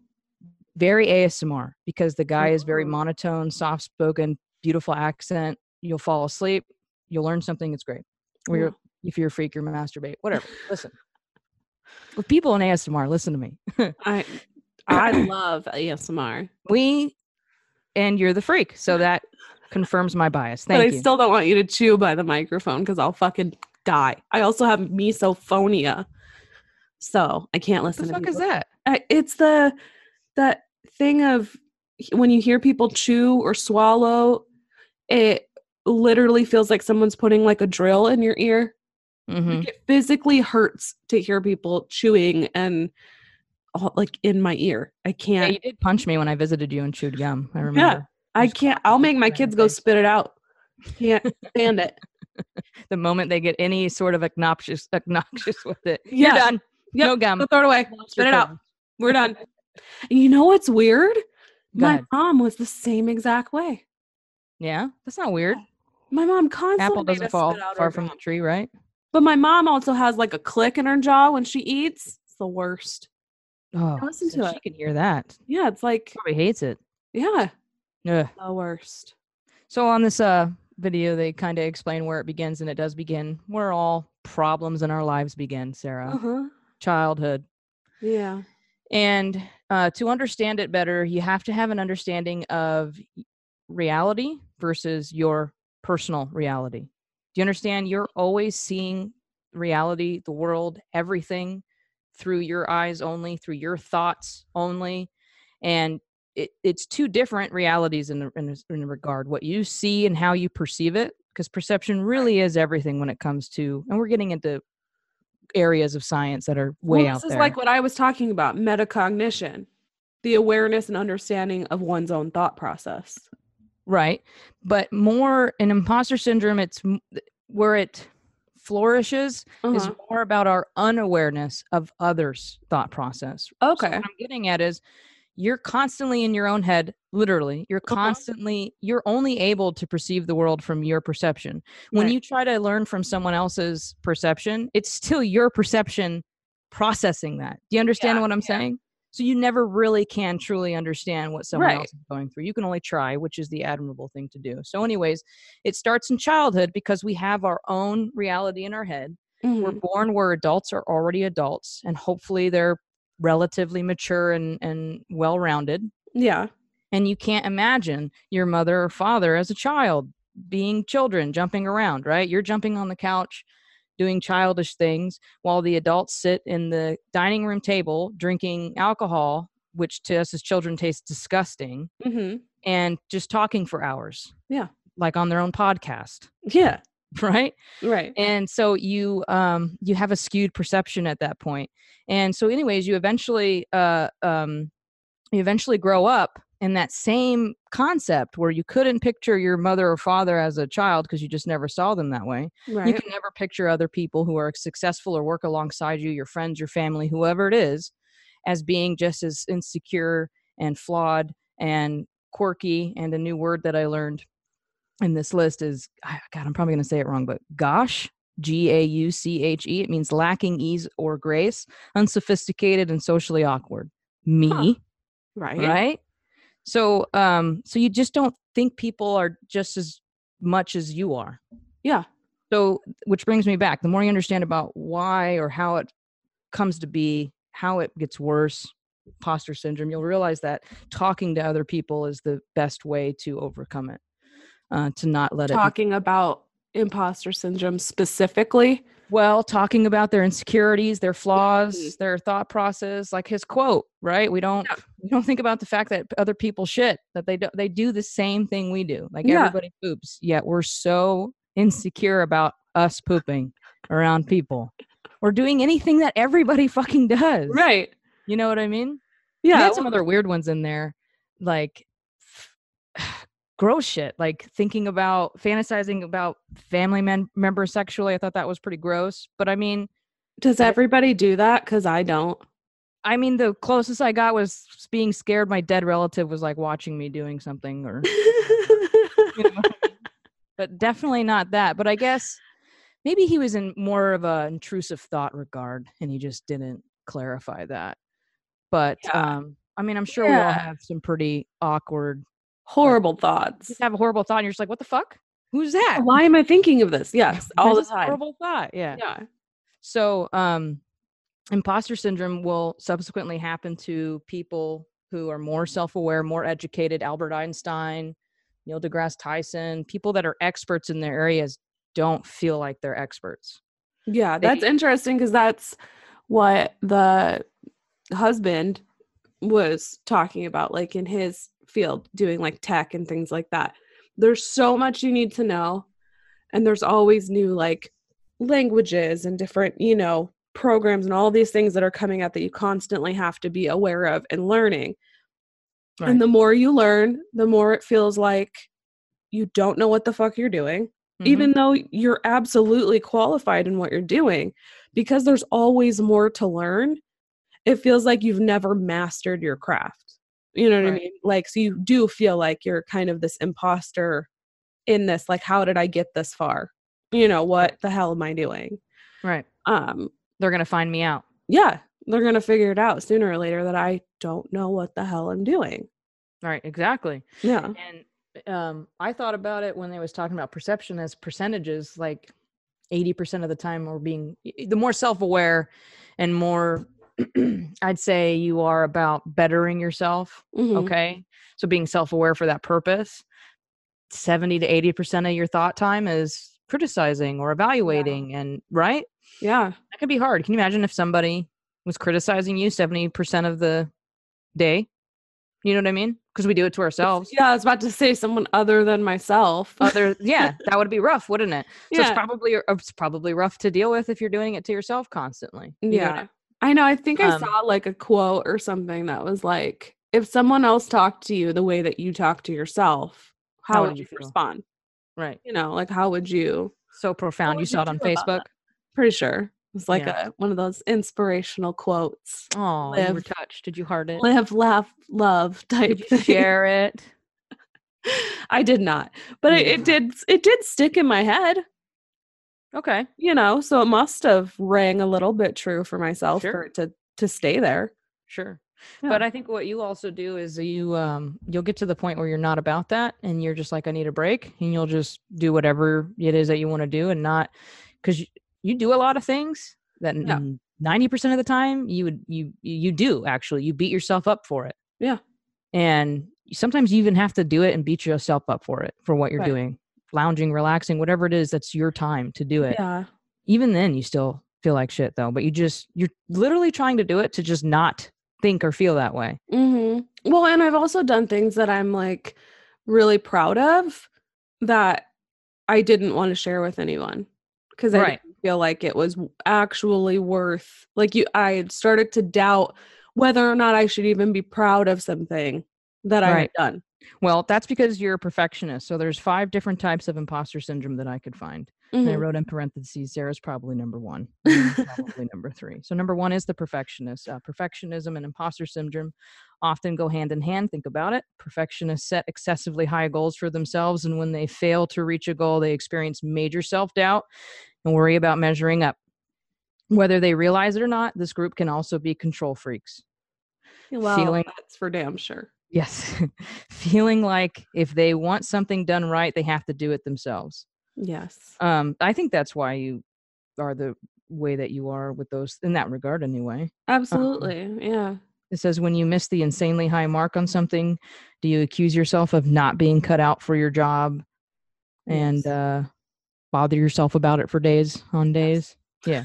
Very ASMR because the guy is very
Ooh.
monotone, soft spoken, beautiful accent. You'll fall asleep. You'll learn something. It's great. Or
Yeah.
you're, if you're a freak, you're masturbate. Whatever. Listen. With people in ASMR, listen to me.
I I love ASMR.
we and you're the freak so that confirms my bias
but I
thank you
still don't want you to chew by the microphone because I'll fucking die. I also have misophonia, so I can't
what the
listen.
fuck
to
is
people.
that
I, it's the that thing of h- when you hear people chew or swallow, it literally feels like someone's putting like a drill in your ear.
hmm
It physically hurts to hear people chewing and all, like in my ear. I
yeah
can't.
you did punch me when i visited you and chewed gum i remember
I
just
can't.
clap
I'll
and
make my
smack
kids go
face.
spit it out. Can't stand it.
the moment they get any sort of obnoxious obnoxious with it
Yeah.
you're done
Yep.
no gum
Go throw it away.
Lost
Spit
your
it out.
privilege.
We're done. And you know what's weird? My
ahead.
mom was the same exact way.
yeah that's not weird
My mom constantly
apple
made
doesn't
us
fall
spit out
far
our
from the
gum.
tree right
But my mom also has like a click in her jaw when she eats. It's the worst.
oh
listen
so
to
she
it.
can hear that
Yeah, it's like
probably hates it
yeah,
Ugh.
the worst.
So on this uh video, they kind of explain where it begins, and it does begin where all problems in our lives begin, Sarah.
Uh-huh.
Childhood.
Yeah.
And uh, to understand it better, you have to have an understanding of y- reality versus your personal reality. Do you understand? You're always seeing reality, the world, everything through your eyes only, through your thoughts only. And it, it's two different realities in, in in regard what you see and how you perceive it because perception really is everything when it comes to and we're getting into areas of science that are way
well,
out
this is
there
like what I was talking about metacognition, the awareness and understanding of one's own thought process.
right but more in imposter syndrome it's m- th- where it flourishes is
Uh-huh.
more about our unawareness of others thought process So
okay.
what I'm getting at is you're constantly in your own head, literally. You're
Uh-huh.
constantly, you're only able to perceive the world from your perception. When
Right.
you try to learn from someone else's perception, it's still your perception processing that. Do you understand
Yeah,
what I'm
yeah.
saying? So you never really can truly understand what someone
Right.
else is going through. You can only try, which is the admirable thing to do. So, anyways, it starts in childhood because we have our own reality in our head we're
Mhm.
born where adults are already adults and hopefully they're relatively mature and, and well rounded.
Yeah.
And you can't imagine your mother or father as a child being children, jumping around, right? You're jumping on the couch, doing childish things while the adults sit in the dining room table drinking alcohol, which to us as children tastes disgusting,
hmm
and just talking for hours.
Yeah.
Like on their own podcast,
Yeah.
right?
Right.
and so you um you have a skewed perception at that point and so anyways you eventually uh um you eventually grow up in that same concept where you couldn't picture your mother or father as a child because you just never saw them that way
right.
you can never picture other people who are successful or work alongside you your friends your family whoever it is as being just as insecure and flawed and quirky and a new word that i learned in this list is ah, god i'm probably going to say it wrong but gosh g-a-u-c-h-e E, it means lacking ease or grace unsophisticated and socially awkward me
right.
right so um so you just don't think people are just as much as you are
Yeah.
so which brings me back the more you understand about why or how it comes to be how it gets worse imposter syndrome you'll realize that talking to other people is the best way to overcome it uh, to not let it
Talking about imposter syndrome specifically.
well talking about their insecurities their flaws their thought process like his quote right we don't
Yeah.
we don't think about the fact that other people shit that they do they do the same thing we do like
Yeah.
everybody poops yet we're so insecure about us pooping around people or doing anything that everybody fucking does
Right.
you know what i mean We
Yeah.
had some
well,
other weird ones in there like gross shit like thinking about fantasizing about family men- members sexually i thought that was pretty gross but i mean
does everybody do that? Because I don't.
i mean the closest i got was being scared my dead relative was like watching me doing something or you know, but definitely not that but i guess maybe he was in more of a intrusive thought regard and he just didn't clarify that but
Yeah.
um i mean i'm sure we all
Yeah.
have some pretty awkward
Horrible thoughts.
just have a horrible thought and you're just like what the fuck who's that
Why am I thinking of this? Yes, all the
That's a
time.
horrible thought yeah
Yeah.
so um imposter syndrome will subsequently happen to people who are more self-aware more educated albert einstein neil degrasse tyson people that are experts in their areas don't feel like they're experts
Yeah,
They-
that's interesting because that's what the husband was talking about, like in his field, doing like tech and things like that. There's so much you need to know, and there's always new like languages and different, you know, programs and all these things that are coming out that you constantly have to be aware of and learning.
Right.
And the more you learn, the more it feels like you don't know what the fuck you're doing
Mm-hmm.
even though you're absolutely qualified in what you're doing because there's always more to learn it feels like you've never mastered your craft you know what
Right.
i mean like so you do feel like you're kind of this imposter in this like how did i get this far you know what the hell am i doing
Mhm. right
um
they're gonna find me out
yeah they're going to figure it out sooner or later that i don't know what the hell i'm doing
right exactly
yeah
and um, I thought about it when they was talking about perception as percentages, like 80% of the time we're being y- the more self-aware and more I'd say you are about bettering yourself.
Mhm.
Okay. So being self-aware for that purpose, 70 to 80% of your thought time is criticizing or evaluating and right?
yeah
That could be hard. Can you imagine if somebody was criticizing you 70% of the day? You know what I mean? Because we do it to ourselves.
Yeah, I was about to say someone other than myself.
Other, yeah, that would be rough, wouldn't it? So
Yeah.
it's probably uh, it's probably rough to deal with if you're doing it to yourself constantly. You know what I
yeah. I know. I think I
Um,
saw like a quote or something that was like, if someone else talked to you the way that you talk to yourself, how, would you
feel?
respond?
Right.
You know, like how would you?
So profound. You
would
saw
you
it on
do about
Facebook.
Pretty sure it's like
Yeah.
a, one of those inspirational quotes.
Oh, you were
Live.
touched. Did you heart it?
Live, laugh, love type.
Did you
thing.
share it?
I did not, but
You
it,
did
it did. It did stick in my head.
Okay.
You know, so it must have rang a little bit true for myself
Sure.
for it to to stay there.
Sure.
Yeah.
But I think what you also do is you um you'll get to the point where you're not about that and you're just like I need a break and you'll just do whatever it is that you want to do and not cuz you, you do a lot of things that
Yeah.
n- 90% of the time you would you you do actually you beat yourself up for it.
Yeah.
And sometimes you even have to do it and beat yourself up for it for what you're
Right.
doing. Lounging, relaxing, whatever it is that's your time to do it
Yeah.
even then you still feel like shit though but you just you're literally trying to do it to just not think or feel that way
hmm Well, and I've also done things that I'm like really proud of that I didn't want to share with anyone because I
Right.
didn't feel like it was w- actually worth. Like you, I had started to doubt whether or not I should even be proud of something that I had
Right.
done.
well that's because you're a perfectionist so there's five different types of imposter syndrome that i could find and i
Mhm.
wrote in parentheses sarah's probably number one and you're probably number three so number one is the perfectionist uh, perfectionism and imposter syndrome often go hand in hand think about it perfectionists set excessively high goals for themselves and when they fail to reach a goal they experience major self-doubt and worry about measuring up whether they realize it or not this group can also be control freaks
Well,
feeling-
that's for damn sure.
yes feeling like if they want something done right they have to do it themselves
Yes.
um i think that's why you are the way that you are with those in that regard anyway
Absolutely. yeah.
it says when you miss the insanely high mark on something do you accuse yourself of not being cut out for your job and
Yes.
uh bother yourself about it for days on
Yes.
days yeah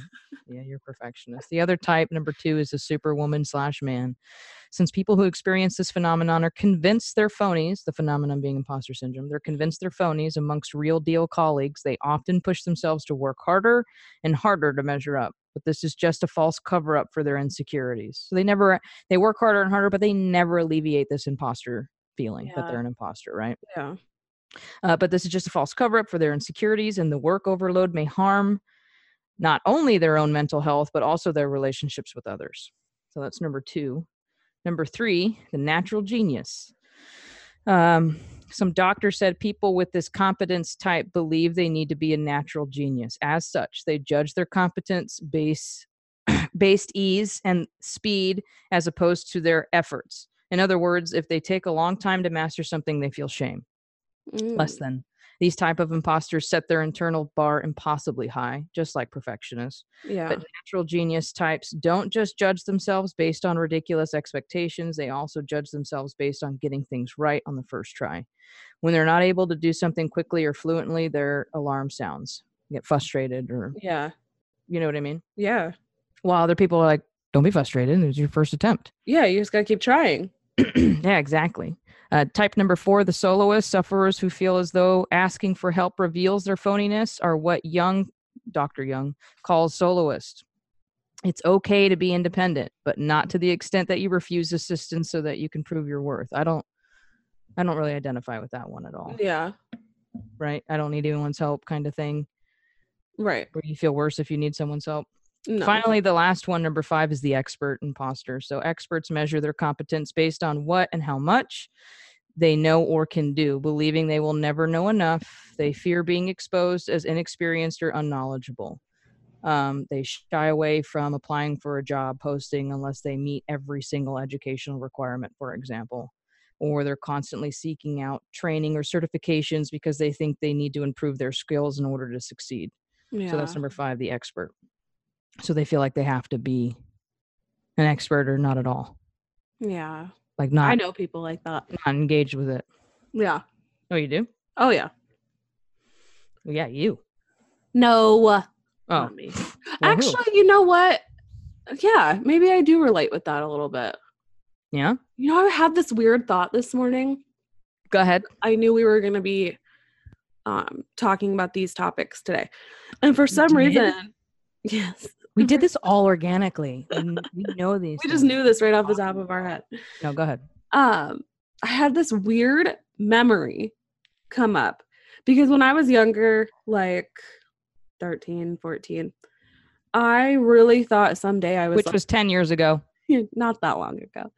yeah you're a perfectionist the other type number two is the superwoman slash man since people who experience this phenomenon are convinced they're phonies the phenomenon being imposter syndrome they're convinced they're phonies amongst real deal colleagues they often push themselves to work harder and harder to measure up but this is just a false cover up for their insecurities so they never they work harder and harder but they never alleviate this imposter feeling that
Yeah.
they're an imposter right
yeah.
uh, but this is just a false cover up for their insecurities, and the work overload may harm not only their own mental health, but also their relationships with others. So that's number two. Number three, the natural genius. Um, some doctors said people with this competence type believe they need to be a natural genius. As such, they judge their competence base, based ease and speed as opposed to their efforts. In other words, if they take a long time to master something, they feel shame less
Mm.
than these type of imposters set their internal bar impossibly high just like perfectionists
Yeah.
but natural genius types don't just judge themselves based on ridiculous expectations they also judge themselves based on getting things right on the first try when they're not able to do something quickly or fluently their alarm sounds get frustrated or
yeah.
you know what i mean
Yeah.
while other people are like don't be frustrated it was your first attempt
Yeah. You just gotta keep trying.
yeah, exactly. Uh, type number four, the soloist, sufferers who feel as though asking for help reveals their phoniness are what Young, Dr. Young, calls soloist. It's okay to be independent, but not to the extent that you refuse assistance so that you can prove your worth. I don't, I don't really identify with that one at all,
Yeah.
right? I don't need anyone's help, kind of thing.
Right.
Where you feel worse if you need someone's help.
No.
Finally, the last one, number five, is the expert imposter. So experts measure their competence based on what and how much they know or can do, believing they will never know enough. They fear being exposed as inexperienced or unknowledgeable. Um, they shy away from applying for a job posting unless they meet every single educational requirement, for example. Or they're constantly seeking out training or certifications because they think they need to improve their skills in order to succeed.
yeah.
So that's number five, the expert. So they feel like they have to be an expert or not at all,
yeah.
like
I
not,
know people like that.
not engaged with it.
Yeah.
Oh, you do?
Oh yeah.
Well, yeah, you.
No. uh,
Oh,
me.
well, who?
Actually, you know what? Yeah, maybe I do relate with that a little bit.
yeah.
You know, I had this weird thought this morning.
Go ahead.
I knew we were going to be um, talking about these topics today. And for some
did?
reason, yes,
We did this all organically. We, kn- Mm-hmm. we know these.
we just
things.
knew this right off the top of our head.
No, go ahead.
um, I had this weird memory come up because when I was younger, like 13, 14, I really thought someday I was,
Which
like-
was 10 years ago.
not that long ago.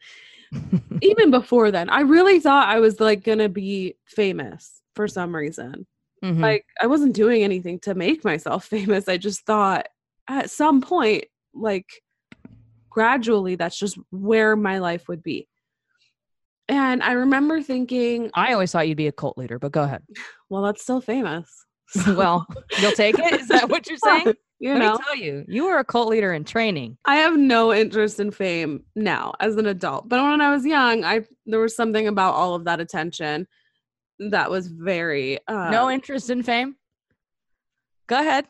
Even before then, I really thought I was like gonna be famous for some reason.
Mhm.
Like I wasn't doing anything to make myself famous. I just thought at some point, like gradually, that's just where my life would be. And I remember thinking,
I always thought you'd be a cult leader, but go ahead.
well, that's still famous.
well, you'll take it. Is that what you're saying?
you
Let
know,
me tell you, you were a cult leader in training.
I have no interest in fame now as an adult. But when I was young, I there was something about all of that attention that was very uh,
no interest in fame. Go ahead.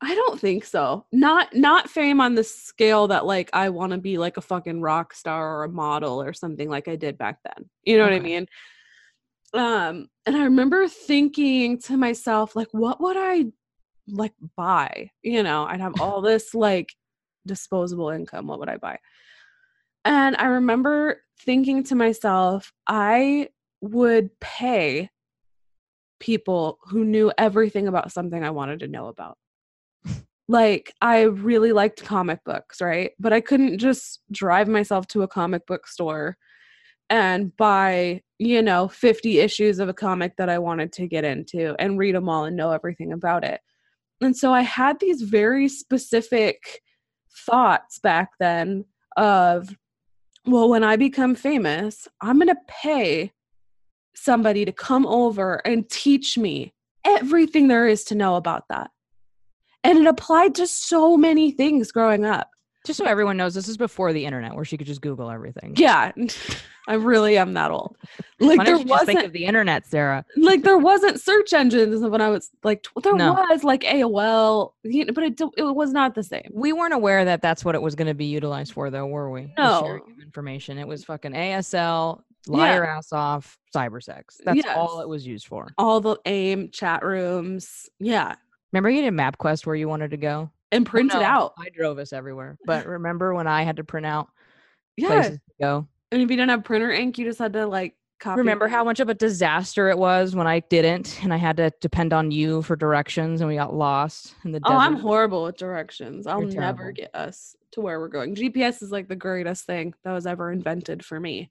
I don't think so. Not not fame on the scale that like I want to be like a fucking rock star or a model or something like I did back then. You know what I
Okay.
mean? Um and I remember thinking to myself like what would I like buy? You know, I'd have all this like disposable income. What would I buy? And I remember thinking to myself I would pay people who knew everything about something I wanted to know about like I really liked comic books, right? But I couldn't just drive myself to a comic book store and buy, you know, 50 issues of a comic that I wanted to get into and read them all and know everything about it. And so I had these very specific thoughts back then of well, when I become famous, I'm going to pay somebody to come over and teach me everything there is to know about that. And it applied to so many things growing up.
Just so everyone knows, this is before the internet where she could just Google everything.
Yeah, I really am that old.
Why
Like
don't
there
you just think
wasn't
of the internet, Sarah?
like there wasn't search engines when I was like tw- there
No.
was like AOL, you know, but it don't- it was not the same.
We weren't aware that that's what it was going to be utilized for, though, were we? The sharing
No.
of information. It was fucking ASL, lie your ass off, cyber sex. That's all
Yes.
it was used for.
All the AIM chat rooms, yeah,
Remember you did MapQuest where you wanted to go?
and
Oh,
printed
no,
out.
I drove us everywhere. But remember when I had to print out
Yeah,
places to go?
and if you didn't have printer ink, you just had to like copy.
Remember
it.
how much of a disaster it was when I didn't and I had to depend on you for directions and we got lost in the
Oh,
desert.
I'm horrible with directions. I'll
You're
never
terrible.
get us to where we're going. GPS is like the greatest thing that was ever invented for me.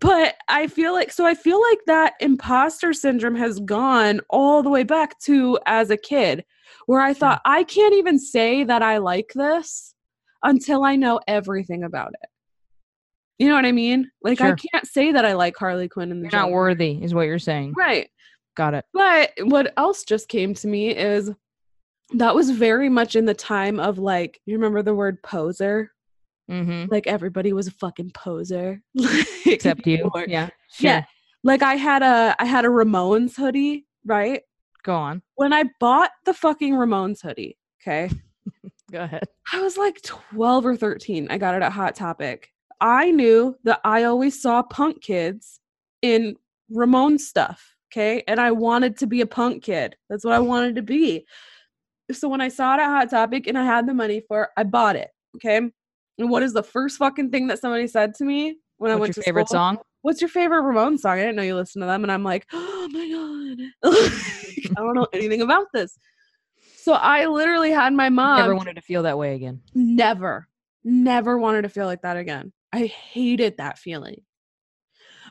but I feel like so I feel like that imposter syndrome has gone all the way back to as a kid where I thought I can't even say that I like this until I know everything about it. You know what I mean? Like I
Sure.
can't say that I like Harley Quinn and the
You're not
Joker.
worthy, is what you're saying.
Right.
Got it.
But what else just came to me is that was very much in the time of like, you remember the word poser?
Mm-hmm.
Like everybody was a fucking poser. Like,
Except you.
or-
Yeah. Sure.
Yeah. Like I had a I had a Ramones hoodie, right?
Go on.
When I bought the fucking Ramones hoodie, okay?
Go ahead.
I was like 12 or 13. I got it at Hot Topic. I knew that I always saw punk kids in Ramon stuff. Okay. And I wanted to be a punk kid. That's what I wanted to be. So when I saw it at Hot Topic and I had the money for it, I bought it. Okay. And what is the first fucking thing that somebody said to me when I went
What's
to
your favorite
school?
song?
What's your favorite Ramon song? I didn't know you listened to them. And I'm like, oh my God. Like, I don't know anything about this. So I literally had my mom
Never wanted to feel that way again.
never, never wanted to feel like that again. I hated that feeling.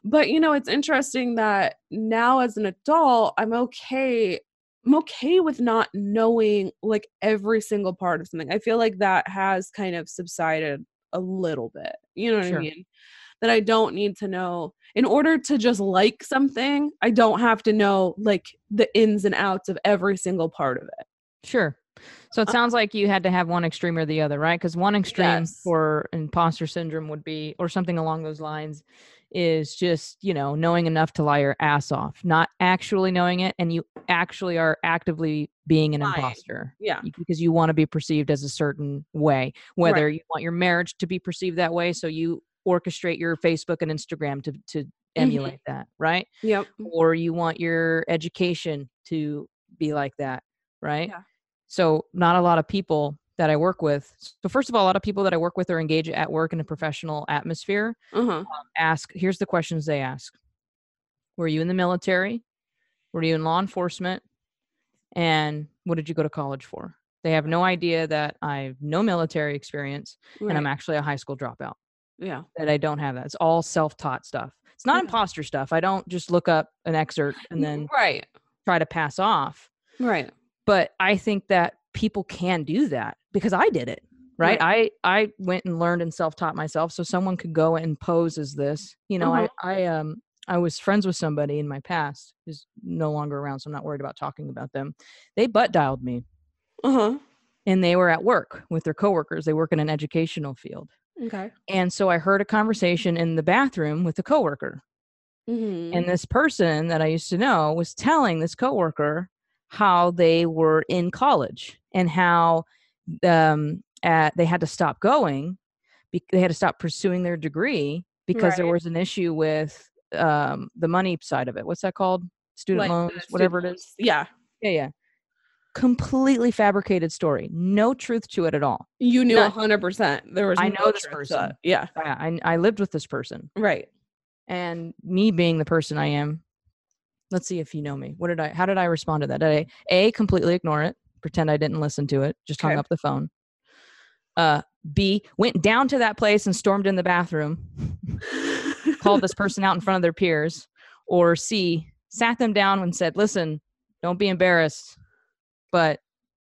But you know, it's interesting that now as an adult, I'm okay. I'm okay with not knowing like every single part of something. I feel like that has kind of subsided a little bit. You know what
Sure.
I mean? That I don't need to know. In order to just like something, I don't have to know like the ins and outs of every single part of it.
Sure. So
Uh,
it sounds like you had to have one extreme or the other, right? Because one extreme
Yes.
for imposter syndrome would be, or something along those lines, is just, you know, knowing enough to lie your ass off, not actually knowing it. And you actually are actively being an
Lying.
imposter
Yeah.
y- because you want to be perceived as a certain way, whether you want your marriage to be perceived that way. So you orchestrate your Facebook and Instagram to to
Mm-hmm.
emulate that, right?
Yep.
Or you want your education to be like that, right?
Yeah.
So not a lot of people that I work with. So first of all, a lot of people that I work with are engaged at work in a professional atmosphere.
Uh huh.
Ask here's the questions they ask. Were you in the military? Were you in law enforcement? And what did you go to college for? They have no idea that I've no military experience and I'm actually a high school dropout.
yeah.
That I don't have that. It's all self-taught stuff. It's not
Yeah.
imposter stuff. I don't just look up an excerpt and then
right,
try to pass off
right,
but i think that people can do that because i did it right, i i went and learned and self-taught myself so someone could go and pose as this you know
Uh-huh.
i i um i was friends with somebody in my past who's no longer around so i'm not worried about talking about them they butt dialed me
uh huh.
and they were at work with their coworkers they work in an educational field
Okay.
and so i heard a conversation in the bathroom with a coworker
Mm-hmm.
and this person that I used to know was telling this coworker how they were in college and how um, at, they had to stop going, be- they had to stop pursuing their degree because there
Right.
was an issue with um, the money side of it. What's that called? Student loans, whatever it is.
Yeah,
Yeah, yeah. Completely fabricated story. No truth to it at all.
you knew
Not-
hundred percent. There was.
I
no
know this
truth to
person.
that. Yeah.
I, I I lived with this person,
Right.
and me being the person I am, let's see if you know me. What did I? How did I respond to that? Did I a completely ignore it, pretend I didn't listen to it, just hung
Okay.
up the phone. Uh, B went down to that place and stormed in the bathroom, called this person out in front of their peers, or C sat them down and said, "Listen, don't be embarrassed, but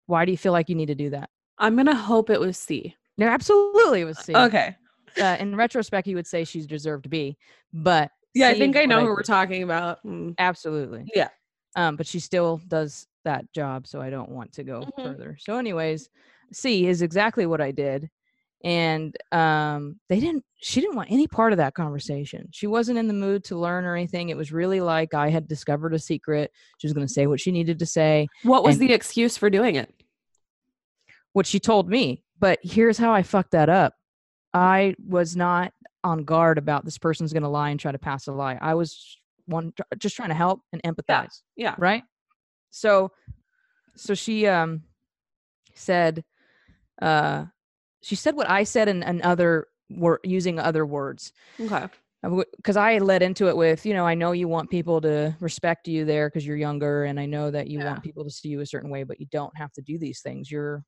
why do you feel like you need to do that?"
I'm gonna hope it was C.
No, absolutely, it was C.
Okay.
Uh, in retrospect, you would say she deserved B, but
Yeah, I
C
think
is
I
what
know who we're
did.
talking about. Mm.
Absolutely.
Yeah.
Um, but she still does that job, so I don't want to go
Mhm.
further. So, anyways, C is exactly what I did. And um they didn't she didn't want any part of that conversation. She wasn't in the mood to learn or anything. It was really like I had discovered a secret. She was gonna say what she needed to say,
What was
And-
the excuse for doing it?
what she told me. But here's how I fucked that up. I was not on guard about this person's gonna lie and try to pass a lie. I was one just trying to help and empathize.
Yeah.
right so so she um said uh she said what i said in, in other word using other words
Okay.
because i led into it with you know i know you want people to respect you there because you're younger and i know that you
Yeah.
want people to see you a certain way but you don't have to do these things you're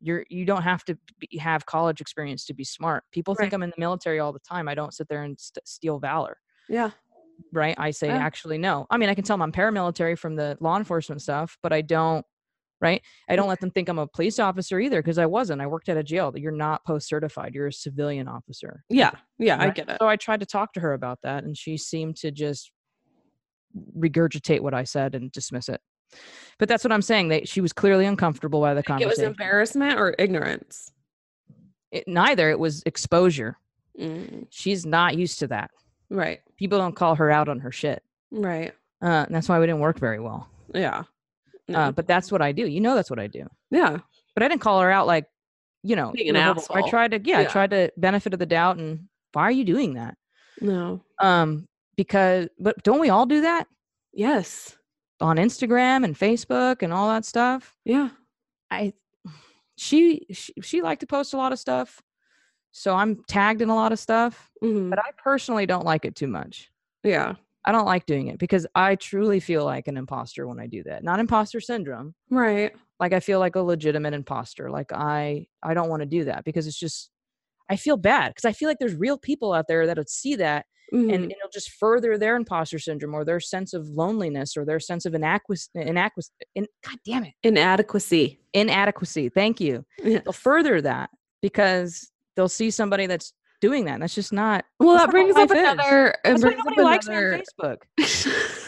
you're you don't have to be, have college experience to be smart people think
Right.
i'm in the military all the time i don't sit there and st- steal valor
Yeah.
right? I say,
Yeah.
actually, no. I mean, I can tell them I'm paramilitary from the law enforcement stuff, but I don't, right? I don't let them think I'm a police officer either because I wasn't. I worked at a jail. You're not post certified, you're a civilian officer.
Yeah. Yeah. I
Right.
get it.
So I tried to talk to her about that, and she seemed to just regurgitate what I said and dismiss it. But that's what I'm saying. That she was clearly uncomfortable by the
Think it was
conversation.
embarrassment or ignorance.
It- neither. It was exposure.
Mm.
She's not used to that.
Right.
People don't call her out on her shit.
Right.
Uh, and that's why we didn't work very well.
Yeah. No.
Uh, but that's what I do. You know, that's what I do.
yeah.
But I didn't call her out like, you know,
Being an
you're horrible. I
asshole.
tried to, yeah, I
Yeah.
tried to benefit of the doubt and why are you doing that?
No.
Um, because, but don't we all do that
Yes.
on Instagram and Facebook and all that stuff?
Yeah.
I, she, she, she liked to post a lot of stuff. So I'm tagged in a lot of stuff,
Mhm.
but I personally don't like it too much.
Yeah.
I don't like doing it because I truly feel like an imposter when I do that. Not imposter syndrome,
Right.
like i feel like a legitimate imposter like i i don't want to do that because it's just i feel bad because i feel like there's real people out there that would see that and
Mhm.
and it'll just further their imposter syndrome or their sense of loneliness or their sense of inadequacy inadequacy in, god damn it
inadequacy.
inadequacy thank you
Yeah.
they'll further that because they'll see somebody that's doing that and that's just not
Well,
That's not
that
how
brings
life
up
is.
another. it
that's why
brings up
nobody likes me
another-
on facebook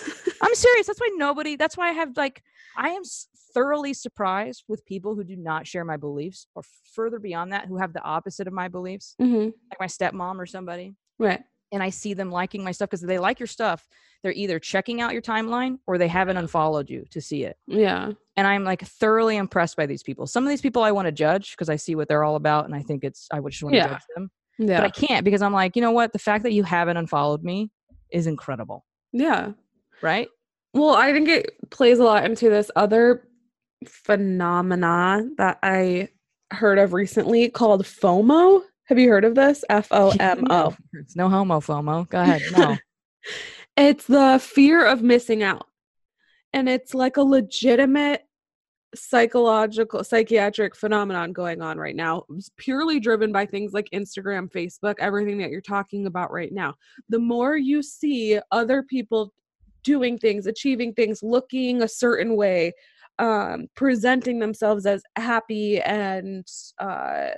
I'm serious. That's why nobody. That's why I have like I am s- thoroughly surprised with people who do not share my beliefs, or further beyond that, who have the opposite of my beliefs,
Mhm.
like my stepmom or somebody.
Right.
And I see them liking my stuff because they like your stuff. They're either checking out your timeline or they haven't unfollowed you to see it.
Yeah.
And I'm like thoroughly impressed by these people. Some of these people I want to judge because I see what they're all about, and I think it's I would just want to
Yeah.
judge them.
Yeah.
But I can't because I'm like, you know what? The fact that you haven't unfollowed me is incredible,
yeah.
right?
Well, I think it plays a lot into this other phenomena that I heard of recently called FOMO. Have you heard of this? F O M O.
It's no homo FOMO. Go ahead. No.
It's the fear of missing out. And it's like a legitimate psychological, psychiatric phenomenon going on right now. It's purely driven by things like Instagram, Facebook, everything that you're talking about right now. The more you see other people doing things, achieving things, looking a certain way, um, presenting themselves as happy and uh,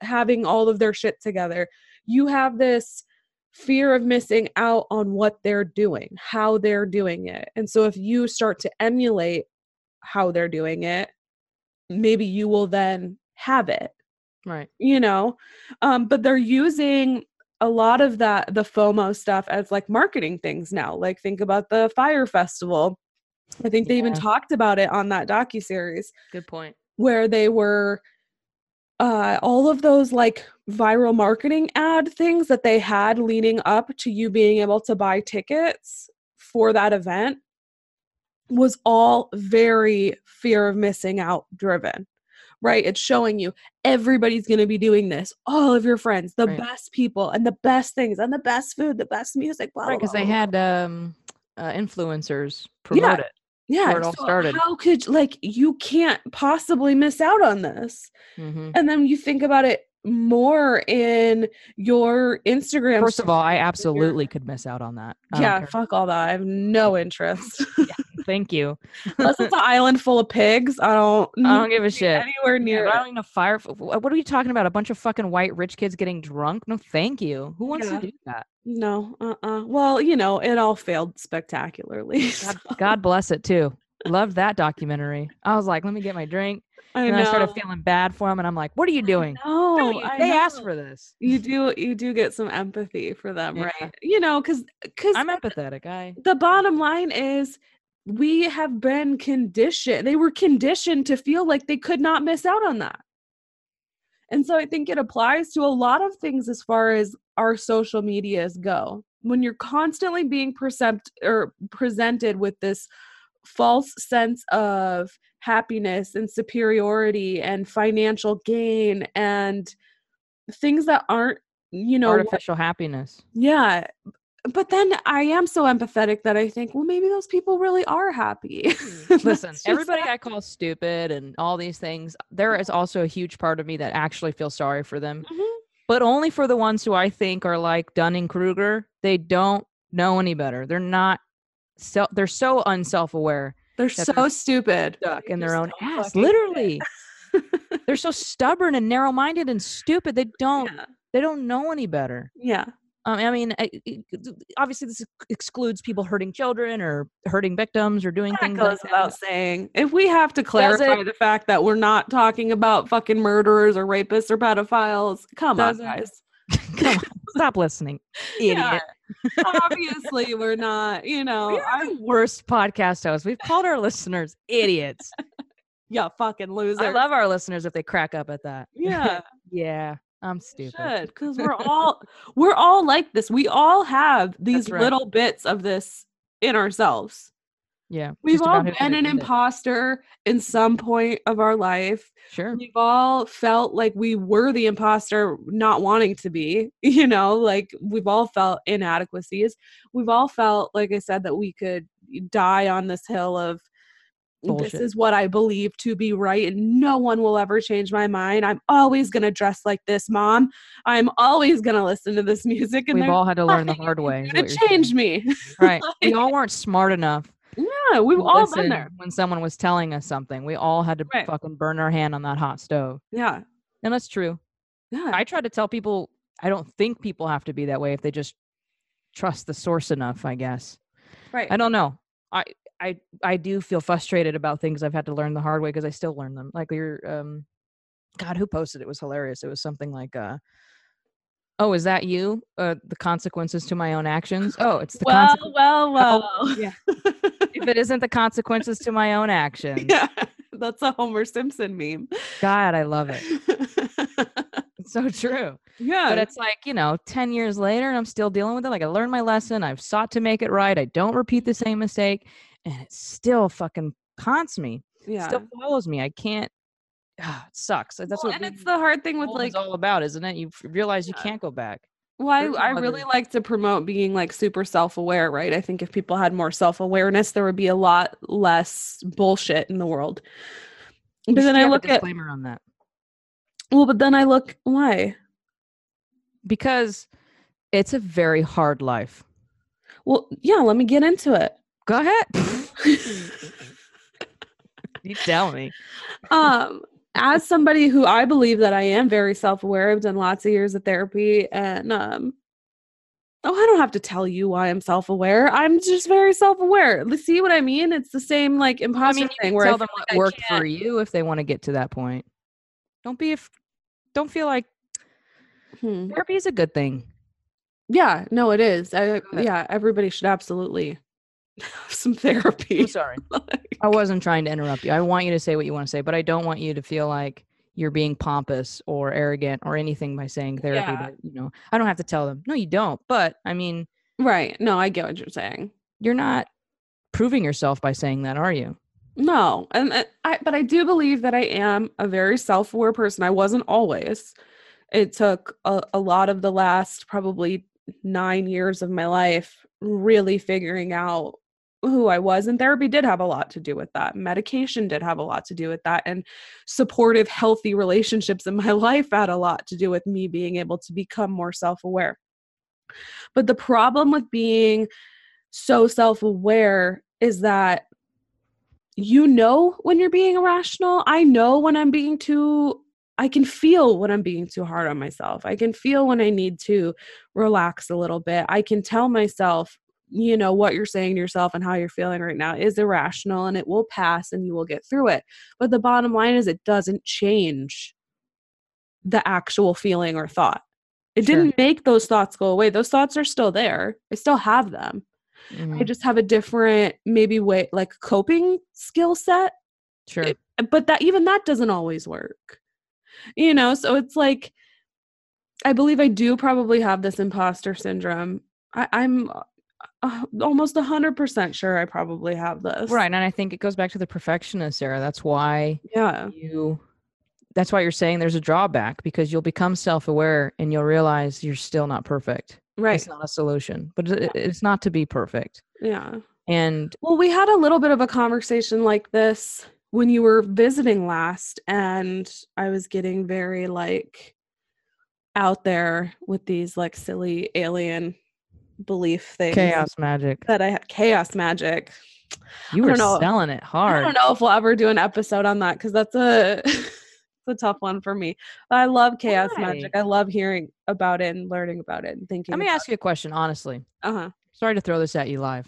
having all of their shit together, you have this fear of missing out on what they're doing, how they're doing it. And so if you start to emulate how they're doing it, maybe you will then have it,
right.
you know? Um, but they're using a lot of that, the FOMO stuff, as like marketing things now. Like, think about the Fire Festival. I think they even
Yeah.
talked about it on that docuseries
Good point.
where they were uh, all of those like viral marketing ad things that they had leading up to you being able to buy tickets for that event was all very fear of missing out driven right it's showing you everybody's going to be doing this all of your friends the
Right.
best people and the best things and the best food the best music blah,
Right,
blah,
because they
blah, blah,
had um, uh, influencers promote it.
blah. yeah
where it all started.
how could like you can't possibly miss out on this
Mm-hmm.
and then you think about it more in your Instagram.
First of all, I
stories, your-
absolutely could miss out on that. I don't
Um, yeah,
care.
fuck all that. I have no interest.
Thank you.
Unless it's an island full of pigs, I don't.
I
need
don't give a
to be
shit.
anywhere
Yeah,
near.
but I
it.
don't even know fire. wh- What are you talking about? A bunch of fucking white rich kids getting drunk? No, thank you. Who wants
Yeah.
to do that?
No, uh, uh Well, you know, it all failed spectacularly. so
God, God bless it too. Loved that documentary. I was like, let me get my drink,
I
and
know.
then I started feeling bad for him, and I'm like, what are you doing? No,
No,
you-
I
they asked
know.
for this.
You do. You do get some empathy for them,
Yeah.
right? You know, because because
I'm empathetic. I
the bottom line is we have been conditioned they were conditioned to feel like they could not miss out on that and so i think it applies to a lot of things as far as our social medias go when you're constantly being percept or presented with this false sense of happiness and superiority and financial gain and things that aren't you know what
artificial happiness.
yeah. But then I am so empathetic that I think, well, maybe those people really are happy. That's
Listen,
just
everybody
that-
I call stupid and all these things, there is also a huge part of me that actually feels sorry for them,
Mhm.
but only for the ones who I think are like Dunning Kruger. They don't know any better. They're not self they're so unself aware
They're
that
so
they're
stupid.
stuck in
They're
their own
so
ass.
fucking
Literally. they're so stubborn and narrow minded and stupid. They don't
Yeah.
they don't know any better.
Yeah.
Um, I mean, I, it- it- obviously, this ex- excludes people hurting children or hurting victims or doing
That
things
goes
like that.
without saying. If we have to clarify
it?
the fact that we're not talking about fucking murderers or rapists or pedophiles, come
Doesn't-
on, guys.
Come on, stop listening, idiot.
Yeah. Obviously, we're not, you know,
We are
I'm-
the worst podcast hosts. We've called our listeners idiots.
yeah, fucking
I
loser.
love our listeners if they crack up at that.
yeah.
Yeah, I'm
You
stupid.
should because we're all we're all like this we all have these
right.
little bits of this in ourselves
Yeah,
we've
just
all
about who can
been an
admit it.
imposter in some point of our life
Sure.
we've all felt like we were the imposter not wanting to be you know like we've all felt inadequacies we've all felt like i said that we could die on this hill of
Bullshit.
this is what i believe to be right and no one will ever change my mind i'm always going to dress like this mom i'm always going to listen to this music and
We've
they're
all had to learn the
nothing you
hard
can
way. is
going
what
to
you're saying.
change me
Right. We all weren't smart enough.
yeah we've
to
all been
listen
there
When someone was telling us something, we all had to
Right.
fucking burn our hand on that hot stove.
yeah
And that's true.
yeah
I try to tell people I don't think people have to be that way if they just trust the source enough, I guess.
right
I don't know. I I I do feel frustrated about things I've had to learn the hard way because I still learn them. Like your um God, who posted it? It was hilarious. It was something like uh Oh, is that you? Uh, the consequences to my own actions. Oh, it's the
well,
consequences.
well well
yeah. If it isn't the consequences to my own actions,
yeah that's a homer simpson meme
God, I love it. It's so true.
Yeah.
But it's like, you know, 10 years later and I'm still dealing with it. Like I learned my lesson. I've sought to make it right. I don't repeat the same mistake. And it still fucking haunts me.
yeah.
Still follows me. I can't ah, it sucks. That's
Well,
what
and
being
it's the hard thing with
old
like
is all about, isn't it? You f- realize you
Yeah.
can't go back.
Well,
There's no
I, I really
other-
like to promote being like super self aware, right? I think if people had more self awareness, there would be a lot less bullshit in the world. But
You
then
should
I
have
look
a
at,
disclaimer on that
well, but then I look, why?
because it's a very hard life.
Well, yeah, let me get into it.
Go ahead.
Hmm.
you tell me.
um as somebody who i believe that i am very self-aware i've done lots of years of therapy and um oh i don't have to tell you why i'm self-aware i'm just very self-aware L- see what i mean it's the same like
I
imposter
mean, you
thing
can
where I
tell them
feel
what
like I
worked
can't-
for you if they want to get to that point. Don't be if don't feel like
Hmm.
therapy is a good thing.
yeah no it is I,
ahead.
yeah everybody should absolutely have some therapy
I'm sorry.
Like,
I wasn't trying to interrupt you. I want you to say what you want to say, but I don't want you to feel like you're being pompous or arrogant or anything by saying therapy.
Yeah.
But, you know, I don't have to tell them. No, you don't. But I mean,
right no i get what you're saying
you're not proving yourself by saying that, are you?
No, and I, I but I do believe that I am a very self-aware person. I wasn't always. It took a, a lot of the last probably nine years of my life really figuring out who I was. And therapy did have a lot to do with that. Medication did have a lot to do with that. And supportive, healthy relationships in my life had a lot to do with me being able to become more self-aware. But the problem with being so self aware is that you know when you're being irrational. I know when I'm being too, I can feel when I'm being too hard on myself. I can feel when I need to relax a little bit. I can tell myself, you know, what you're saying to yourself and how you're feeling right now is irrational and it will pass and you will get through it. But the bottom line is, it doesn't change the actual feeling or thought. It
Sure.
didn't make those thoughts go away. Those thoughts are still there. I still have them. I
Mhm.
just have a different maybe way like coping skill set,
Sure.
it- but that even that doesn't always work. You know, so it's like I believe I do probably have this imposter syndrome. I, I'm uh, uh, almost hundred percent sure I probably have this.
right. And I think it goes back to the perfectionist era. That's why
Yeah.
you that's why you're saying there's a drawback because you'll become self-aware and you'll realize you're still not perfect.
Right.
It's not a solution, but it- it's not to be perfect.
Yeah.
And
Well, we had a little bit of a conversation like this when you were visiting last, and I was getting very like out there with these like silly alien belief things
chaos magic.
that I had chaos magic.
You
I
were
don't know.
selling it hard.
I don't know if we'll ever do an episode on that because that's a it's a tough one for me. But I love chaos
Why?
magic. I love hearing about it and learning about it and thinking.
Let me ask you a question, honestly.
Uh huh.
Sorry to throw this at you live.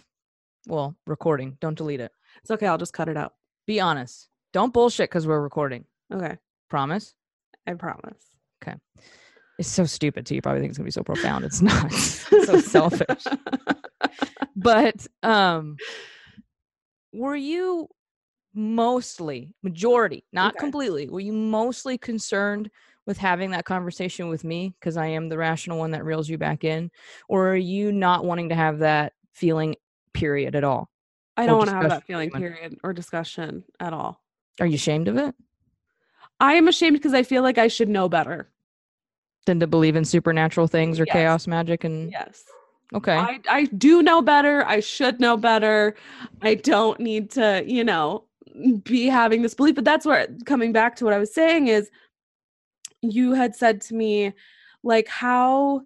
Well, recording. Don't delete it.
It's okay. I'll just cut it out.
Be honest. Don't bullshit because we're recording.
Okay,
Promise.
I promise.
It's so stupid too. You probably think it's gonna be so profound. It's not. It's so selfish. But um, were you mostly majority, not
Okay.
completely? Were you mostly concerned with having that conversation with me because I am the rational one that reels you back in, or are you not wanting to have that feeling? Period at all.
I
or
don't want to have that
discussion
feeling,
even.
period, or discussion at all.
Are you ashamed of it?
I am ashamed because I feel like I should know better.
than to believe in supernatural things or
Yes.
chaos magic and
Yes.
Mm, okay
I, I do know better. I should know better. I don't need to, you know, be having this belief. But that's where coming back to what I was saying is you had said to me, like, how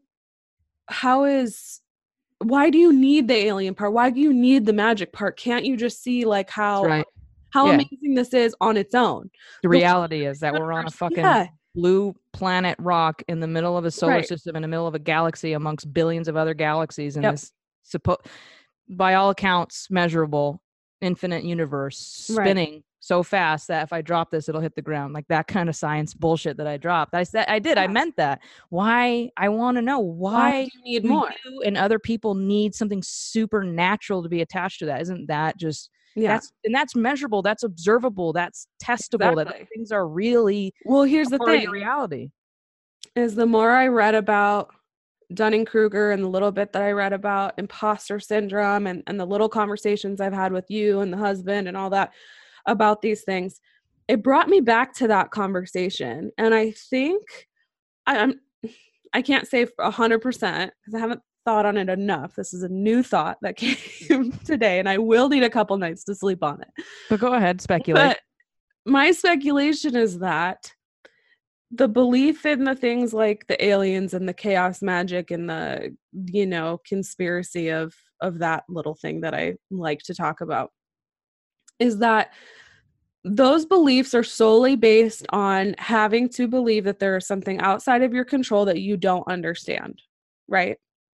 how is why do you need the alien part? Why do you need the magic part? Can't you just see like how
That's right
how
Yeah.
amazing this is on its own?
the
the
reality is that we're on a
universe-
fucking
yeah,
blue planet rock in the middle of a solar
Right.
system in the middle of a galaxy amongst billions of other galaxies in
Yep.
this suppo- by all accounts measurable infinite universe
Right.
spinning so fast that if i drop this it'll hit the ground like that kind of science bullshit that i dropped i said i did i
Yeah.
meant that why i want to know
why
why
do you need
do
more?
you and other people need something supernatural to be attached to that isn't that just
Yeah.
that's and that's measurable that's observable that's testable that
Exactly.
those things are really
Well, here's
a
the
part of
thing.
your reality
is the more I read about Dunning Kruger and the little bit that I read about imposter syndrome and, and the little conversations I've had with you and the husband and all that about these things, it brought me back to that conversation. And I think I, I'm I can't say a hundred percent because I haven't thought on it enough. This is a new thought that came today, and I will need a couple nights to sleep on it.
But go ahead, speculate.
But my speculation is that the belief in the things like the aliens and the chaos magic and the you know conspiracy of of that little thing that I like to talk about is that those beliefs are solely based on having to believe that there is something outside of your control that you don't understand, right?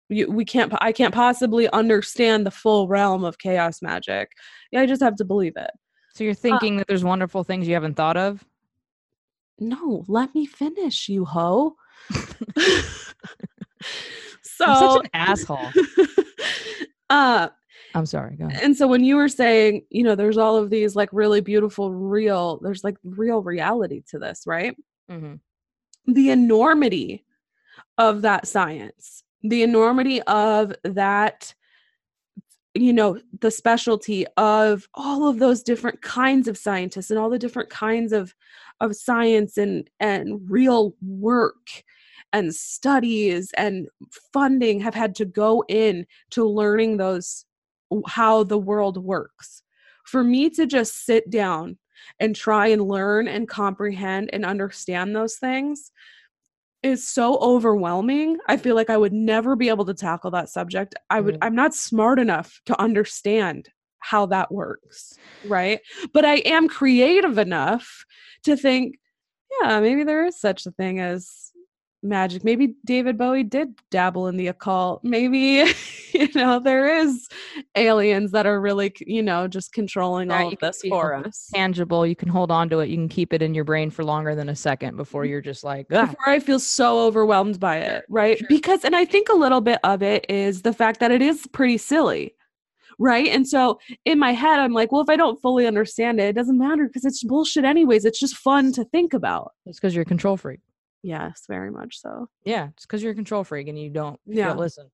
You, we can't i can't possibly understand the full realm of chaos magic yeah, i just have to believe it
so
uh,
you're thinking that there's wonderful things you haven't thought of?
no let me finish you hoe so
I'm such an asshole.
uh
I'm sorry. Go ahead.
and so when you were saying you know there's all of these like really beautiful real there's like real reality to this right
Mhm.
the enormity of that science, the enormity of that, you know, the specialty of all of those different kinds of scientists and all the different kinds of of science and and real work and studies and funding have had to go in to learning those how the world works. For me to just sit down and try and learn and comprehend and understand those things is so overwhelming. I feel like I would never be able to tackle that subject. I would
Mhm.
I'm not smart enough to understand how that works, right? But I am creative enough to think, yeah, maybe there is such a thing as magic. Maybe David Bowie did dabble in the occult. Maybe you know there is aliens that are really, c- you know, just controlling
That
all
you
of
can
this
feel.
for us.
Tangible. You can hold on to it. You can keep it in your brain for longer than a second before you're just like, ah.
before I feel so overwhelmed by it, right?
sure.
Because, and I think a little bit of it is the fact that it is pretty silly, right? And so in my head, I'm like, well, if I don't fully understand it, it doesn't matter because it's bullshit, anyways. It's just fun to think about.
It's because you're a control freak.
Yes, very much so.
Yeah, it's because you're a control freak and you don't. Yeah.
Yeah.
listen,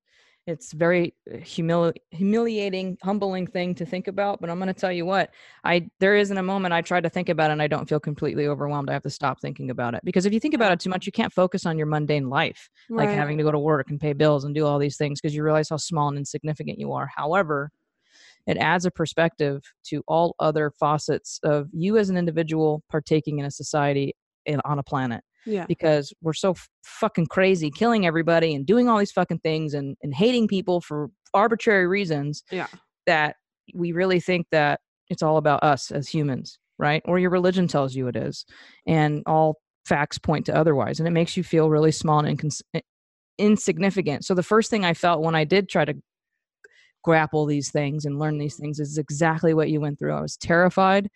it's very uh, humili- humiliating, humbling thing to think about. But I'm going to tell you what I there isn't a moment I try to think about it and I don't feel completely overwhelmed. I have to stop thinking about it because if you think about it too much, you can't focus on your mundane life, like
Right.
having to go to work and pay bills and do all these things because you realize how small and insignificant you are. However, it adds a perspective to all other faucets of you as an individual partaking in a society and on a planet
yeah.
because we're so f- fucking crazy killing everybody and doing all these fucking things and, and hating people for arbitrary reasons
Yeah.
that we really think that it's all about us as humans right or your religion tells you it is and all facts point to otherwise and it makes you feel really small and incons- i- insignificant so the first thing i felt when i did try to grapple these things and learn these things is exactly what you went through i was terrified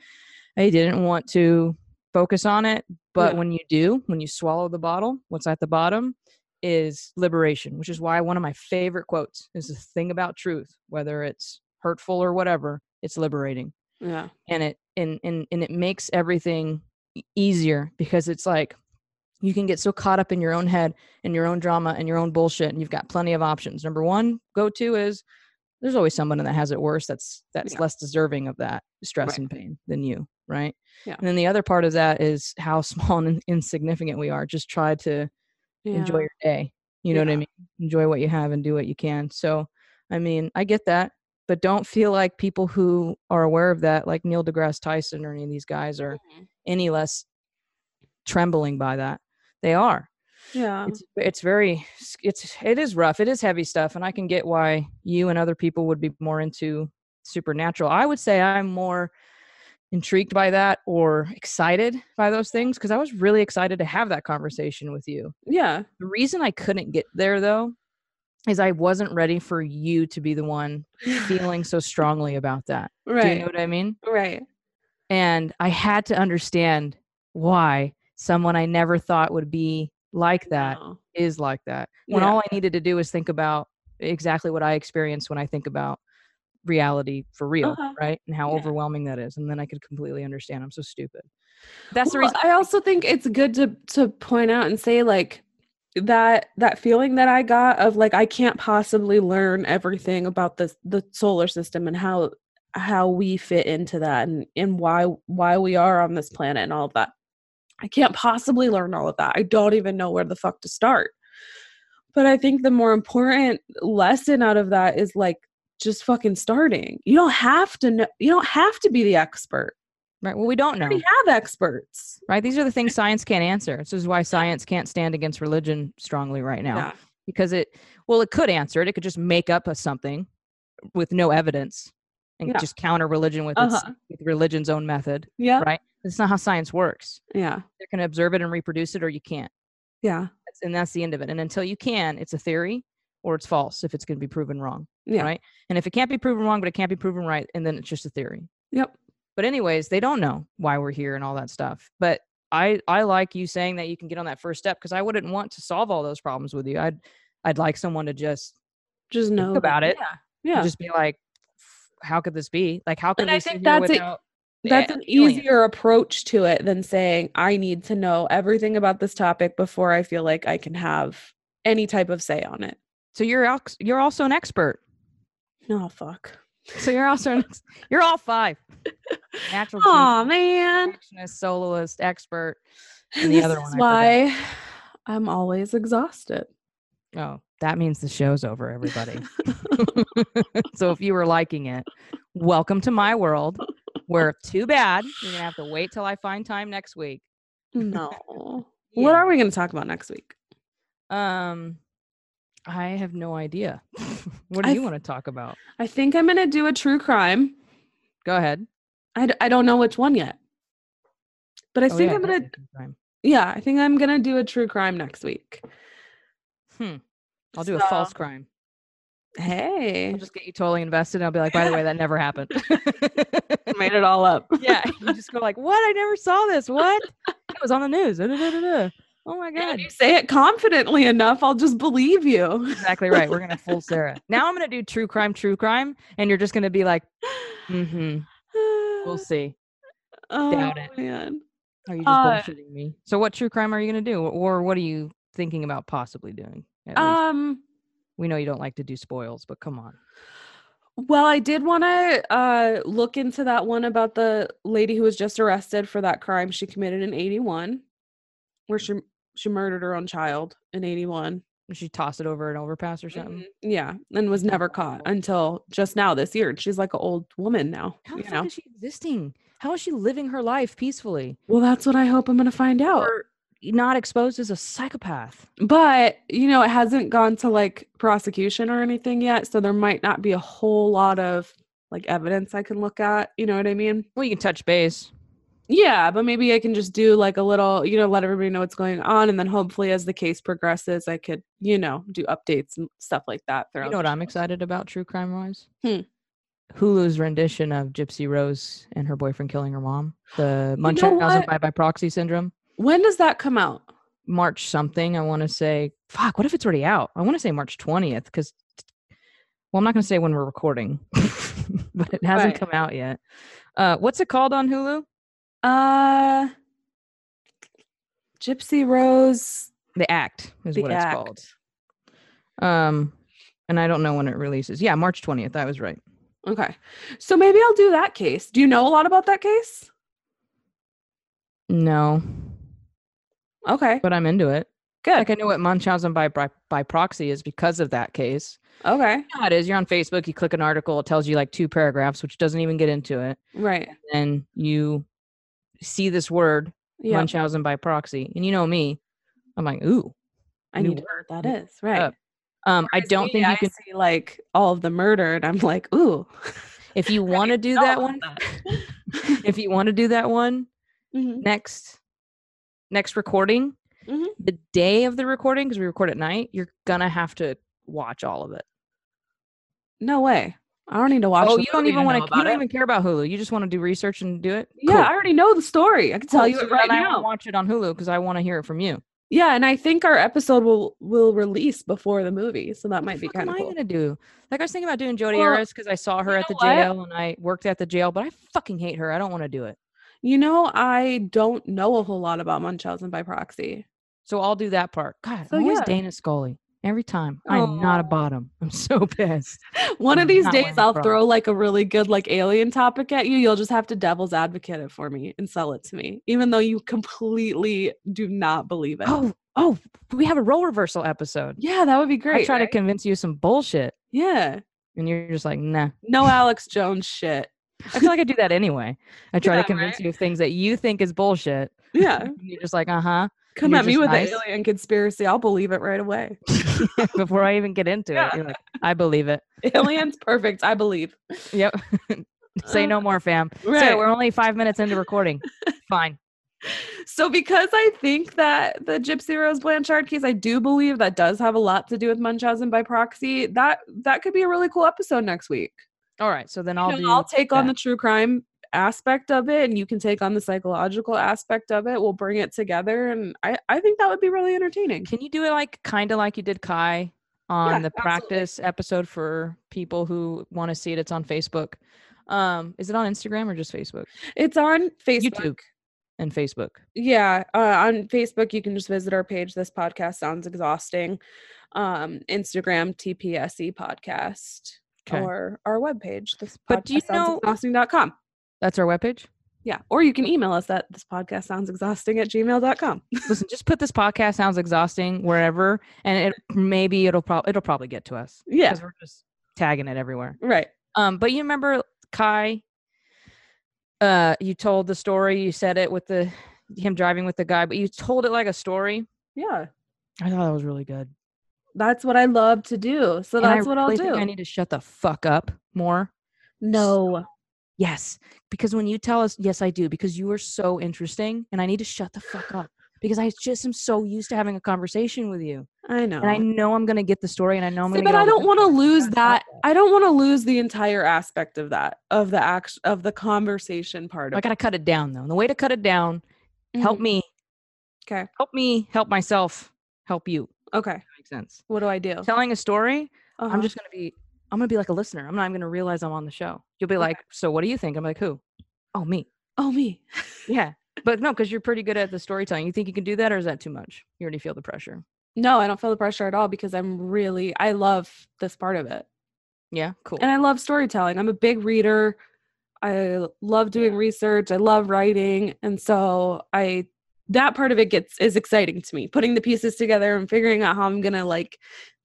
i didn't want to focus on it but
Yeah.
when you do, when you swallow the bottle, what's at the bottom is liberation, which is why one of my favorite quotes is the thing about truth, whether it's hurtful or whatever, it's liberating.
Yeah.
And it and and, and it makes everything e- easier because it's like you can get so caught up in your own head and your own drama and your own bullshit and you've got plenty of options. Number one, go to is there's always someone that has it worse that's that's
Yeah.
less deserving of that stress
Right.
and pain than you right
Yeah.
and then the other part of that is how small and insignificant we are just try to enjoy your day you know what i
Yeah.
mean enjoy what you have and do what you can so i mean i get that but don't feel like people who are aware of that like neil degrasse tyson or any of these guys are
Mhm.
any less trembling by that they are
Yeah.
it's it's very s- it's it is rough it is heavy stuff and i can get why you and other people would be more into supernatural i would say i'm more intrigued by that or excited by those things because i was really excited to have that conversation with you
Yeah.
the reason i couldn't get there though is i wasn't ready for you to be the one feeling so strongly about that do you
right.
know what i mean
right.
and i had to understand why someone i never thought would be like that
No.
is like that when
Yeah.
all I needed to do was think about exactly what I experience when I think about reality for real,
Uh-huh.
right? And how
Yeah.
overwhelming that is. And then I could completely understand I'm so stupid. That's the
Well,
reason
I also think it's good to to point out and say like that that feeling that I got of like I can't possibly learn everything about the the solar system and how how we fit into that and and why why we are on this planet and all of that. I can't possibly learn all of that. I don't even know where the fuck to start. But I think the more important lesson out of that is like just fucking starting. You don't have to know you don't have to be the expert.
Right. Well, we don't know.
We have experts.
Right. These are the things science can't answer. This is why science can't stand against religion strongly right now.
Yeah.
Because it, well, it could answer it. It could just make up a something with no evidence and
Yeah.
just counter religion with, its,
Uh-huh.
with religion's own method.
Yeah.
Right. That's not how science works.
Yeah.
They're going to observe it and reproduce it, or you can't.
Yeah.
That's- And that's the end of it. And until you can, it's a theory or it's false if it's going to be proven wrong.
Yeah.
Right. And if it can't be proven wrong, but it can't be proven right, and then it's just a theory.
Yep.
but anyways they don't know why we're here and all that stuff but i i like you saying that you can get on that first step because i wouldn't want to solve all those problems with you i'd i'd like someone to just
Just know that-
about it.
Yeah. Yeah.
just be like "F- how could this be like how could
And
we
I
sit
think
here
that's a-
without
That's
eh,
an
feeling it?"
easier approach to it than saying, I need to know everything about this topic before I feel like I can have any type of say on it.
so you're al- you're also an expert
Oh, fuck.
so you're also an ex- you're all five natural
Aw, man.
perfectionist soloist expert
And
the
this
other one I
is
forgot.
why I'm always exhausted.
oh that means the show's over everybody so if you were liking it, welcome to my world where if too bad, you're going to have to wait till I find time next week.
no.
Yeah.
What are we going to talk about next week?
Um I have no idea. what do
I
you
th-
want to talk about?
I think I'm going to do a true crime.
Go ahead.
I, d- I don't know which one yet. But I
Oh,
think
yeah,
I'm
that
going to
would be fine.
yeah, I think I'm going to do a true crime next week.
Hmm. I'll do a false
So-
crime.
Hey.
I'll just get you totally invested. And I'll be like, by the way, that never happened.
made it all up.
yeah. You just go like, what? I never saw this. What? It was on the news. Da, da, da, da, da. Oh my
And
God.
If you say it confidently enough, I'll just believe you.
exactly right. We're gonna fool Sarah. Now I'm gonna do true crime, true crime, and you're just gonna be like, mm-hmm, we'll see.
oh,
doubt it.
Man.
Are you just
Uh,
bullshitting me? So what true crime are you gonna do, or what are you thinking about possibly doing? At least.
Um.
We know you don't like to do spoils, but come on.
Well, I did want to uh, look into that one about the lady who was just arrested for that crime she committed in '81, where
Mm.
she she murdered her own child in '81.
Did she toss it over an overpass or something?
Yeah, and was never caught until just now this year. And she's like an old woman now.
How the
you
fuck
know?
is she existing? How is she living her life peacefully?
Well, that's what I hope I'm going to find out.
Or not exposed as a psychopath?
but you know it hasn't gone to like prosecution or anything yet so there might not be a whole lot of like evidence i can look at you know what i mean
Well, you can touch base.
yeah but maybe i can just do like a little you know let everybody know what's going on and then hopefully as the case progresses i could you know do updates and stuff like that
You
throughout
know what
the
I'm
show.
excited about, true crime wise?
Hmm.
Hulu's rendition of Gypsy Rose and her boyfriend killing her mom, the
know
Munchausen
what?
by, by proxy syndrome,
when does that come out
March something. I want to say, fuck, what if it's already out? I want to say March 20th because, well, I'm not going to say when we're recording, but it hasn't
Right.
come out yet. Uh, what's it called on Hulu?
uh gypsy rose
The Act is
the
what
act.
it's called. Um, and I don't know when it releases. Yeah, March 20th. I was right.
okay so maybe i'll do that case do you know a lot about that case
No,
okay
but I'm into it.
good
Like I know what Munchausen by by, by proxy is because of that case.
okay
You know how it is. You're on Facebook. You click an article. It tells you like two paragraphs, which doesn't even get into it.
right
And you see this word
yeah
Munchausen by proxy, and you know me. I'm like, ooh.
I
new
need to know what that is. Right.
up. Um, I
Whereas
don't
me,
think
I
you can.
see like all of the murder, and I'm like, ooh,
If you want to do
know
that
about
one, if you want to do that one
Mhm.
next, next recording,
Mhm.
the day of the recording because we record at night, you're gonna have to watch all of it.
no way. I don't need to watch.
oh,
the
you don't
movie
even
know
want to. You
about
don't
it.
even care about Hulu. You just want to do research and do it.
Yeah,
Cool.
I already know the story. I can tell
Cool.
you
So
it
then
right
I will
now.
watch it on Hulu because I want to hear it from you.
Yeah, and I think our episode will will release before the movie, so that might be
What
kind
am
of
I
cool.
gonna do? Like I was thinking about doing Jodi
Well,
Arias because I saw her
you
at the
know what?
jail and I worked at the jail, but I fucking hate her. I don't want to do it.
You know, I don't know a whole lot about Munchausen by proxy.
So I'll do that part. God,
So,
I'm always
yeah.
Dana Scully. Every time. I'm not a
Aw.
bottom. I'm so pissed.
Mm, One
I'm
of these
not
days,
wearing a
I'll
bra.
throw like a really good like alien topic at you. You'll just have to devil's advocate it for me and sell it to me, even though you completely do not believe it.
Oh, oh, we have a role reversal episode.
yeah, that would be great.
I try to
right?
convince you of some bullshit.
yeah,
And you're just like, nah.
no Alex Jones shit.
I feel like I do that anyway. I try
Yeah,
to convince
right?
you of things that you think is bullshit.
Yeah,
And you're just like, uh huh.
come
you're
at me
just
with
nice.
the alien conspiracy. I'll believe it right away.
Before I even get into it,
Yeah.
you're like, I believe it.
Aliens, perfect. I believe.
Yep. Say no more, fam. Say it,
Right.
we're only five minutes into recording. Fine.
So, because I think that the Gypsy Rose Blanchard case, I do believe that does have a lot to do with Munchausen by proxy. That that could be a really cool episode next week.
All right. So then
You know,
I'll
I'll,
do.
take on
that.
the true crime aspect of it, and you can take on the psychological aspect of it. We'll bring it together, and I I think that would be really entertaining.
Can you do it like kind of like you did Kai on
Yeah,
the
absolutely.
practice episode for people who want to see it? It's on Facebook. Um, is it on Instagram or just Facebook?
It's on Facebook.
YouTube and Facebook.
Yeah, uh, on Facebook you can just visit our page. This podcast sounds exhausting. Um, Instagram TPSE E podcast.
Okay.
Or our webpage, this
But do you know-
podcastsoundsexhausting.com.
That's our webpage.
Yeah. Or you can email us at this podcast sounds exhausting at gmail.com.
Listen, just put this podcast sounds exhausting wherever, and it maybe it'll probably it'll probably get to us
Yeah.
because we're just tagging it everywhere.
Right.
Um, but you remember Kai? Uh, you told the story. You said it with the him driving with the guy, but you told it like a story.
Yeah.
I thought that was really good.
That's what I love to do. So
And I
that's what I'll
really think
do.
I need to shut the fuck up more.
no.
Yes, because when you tell us, yes, I do, because you are so interesting, and I need to shut the fuck up because I just am so used to having a conversation with you,
I know.
and I know I'm gonna get the story, and I know I'm
See,
gonna.
but
get
I
all the
don't
good
want to
stuff, and I
lose
gotta stop
that. I don't want to lose the entire aspect of that, of the act, of the conversation part.
I
Of
gotta cut it down though. And the way to cut it down,
it.
help me,
Mm-hmm. Okay.
help me, help myself, help you.
Mm-hmm. Okay.
That makes sense.
What do I do?
Telling a story,
Oh. Uh-huh.
I'm just gonna be, I'm gonna be like a listener. I'm not even gonna realize I'm on the show. You'll be
Okay.
like, so what do you think? I'm like, who? Oh, me.
oh me.
Yeah. But no, because you're pretty good at the storytelling. You think you can do that, or is that too much? You already feel the pressure.
No, I don't feel the pressure at all because I'm really I love this part of it.
Yeah, cool.
And I love storytelling. I'm a big reader. I love doing research. I love writing. And so I that part of it gets is exciting to me. Putting the pieces together and figuring out how I'm going to like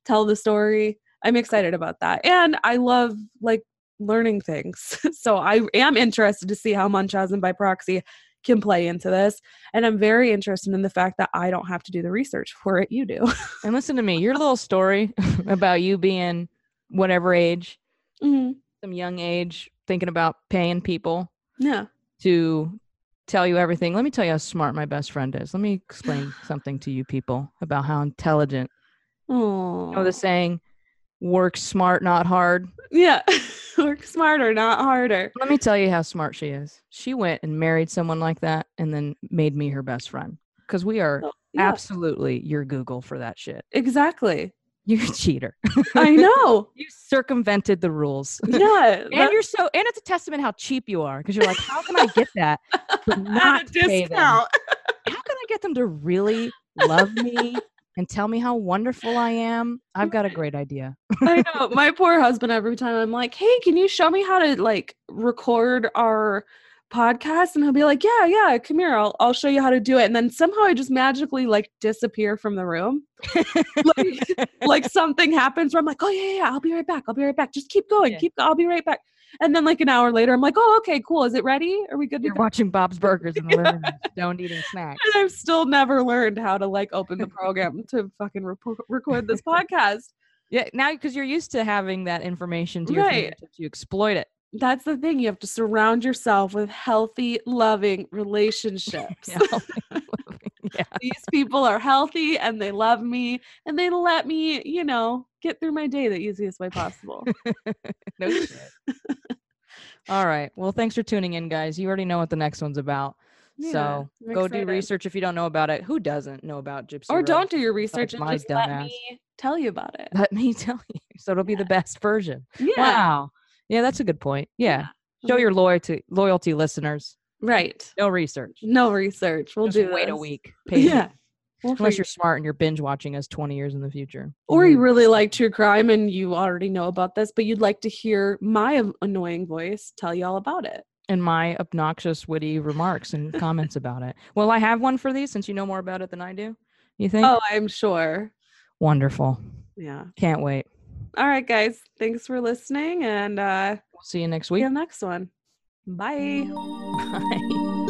tell the story. I'm excited about that. And I love like learning things. so I am interested to see how Munchausen by proxy can play into this. And I'm very interested in the fact that I don't have to do the research for it. You do.
and listen to me, your little story about you being whatever age,
Mhm.
some young age, thinking about paying people
Yeah.
to tell you everything. Let me tell you how smart my best friend is. Let me explain something to you people about how intelligent.
Oh,
You know the saying, work smart, not hard.
Yeah. Work smarter, not harder.
Let me tell you how smart she is. She went and married someone like that and then made me her best friend because we are
Oh, yeah,
absolutely your Google for that shit.
exactly.
You're a cheater.
I know.
You circumvented the rules.
Yeah.
And you're so, and it's a testament how cheap you are because you're like, how can I get that, but not pay them? how can I get them to really love me and tell me how wonderful I am? I've got a great idea.
I know. My poor husband, every time I'm like, hey, can you show me how to like record our podcast? And he'll be like, yeah, yeah, come here. I'll, I'll show you how to do it. And then somehow I just magically like disappear from the room. like, like something happens where I'm like, oh, yeah, yeah, yeah, I'll be right back. I'll be right back. Just keep going.
Yeah.
Keep, I'll be right back. And then like an hour later, I'm like, oh, okay, cool. Is it ready? Are we good to
You're
go?
watching Bob's Burgers in the living room, stoned eating snacks.
and I've still never learned how to like open the program to fucking repo record this podcast.
Yeah, now because you're used to having that information to your
Right.
fingertips, you exploit it.
That's the thing. You have to surround yourself with healthy, loving relationships.
Yeah.
These people are healthy and they love me and they let me, you know, get through my day the easiest way possible.
no shit. All right. Well, thanks for tuning in, guys. You already know what the next one's about. So,
I'm
Go
excited.
do research if you don't know about it. Who doesn't know about Gypsy
Or
Rose?
don't do your research and
my
just let
dumbass.
me tell you about it.
Let me tell you. So it'll be the best version.
Yeah.
Wow. Yeah, that's a good point. Yeah. Show
Mhm.
your loyalty loyalty listeners.
Right.
No research.
No research. We'll
Just
do
wait a
this.
week. Patience.
Yeah. We'll
Unless
figure-
you're smart and you're binge watching us 20 years in the future.
or you really like true crime and you already know about this, but you'd like to hear my an- annoying voice tell you all about it.
and my obnoxious, witty remarks and comments about it. Well, I have one for these since you know more about it than I do. You think?
Oh, I'm sure.
Wonderful.
Yeah.
Can't wait.
All right, guys. Thanks for listening and uh
We'll see you next
see
week.
you next one. Bye.
Bye.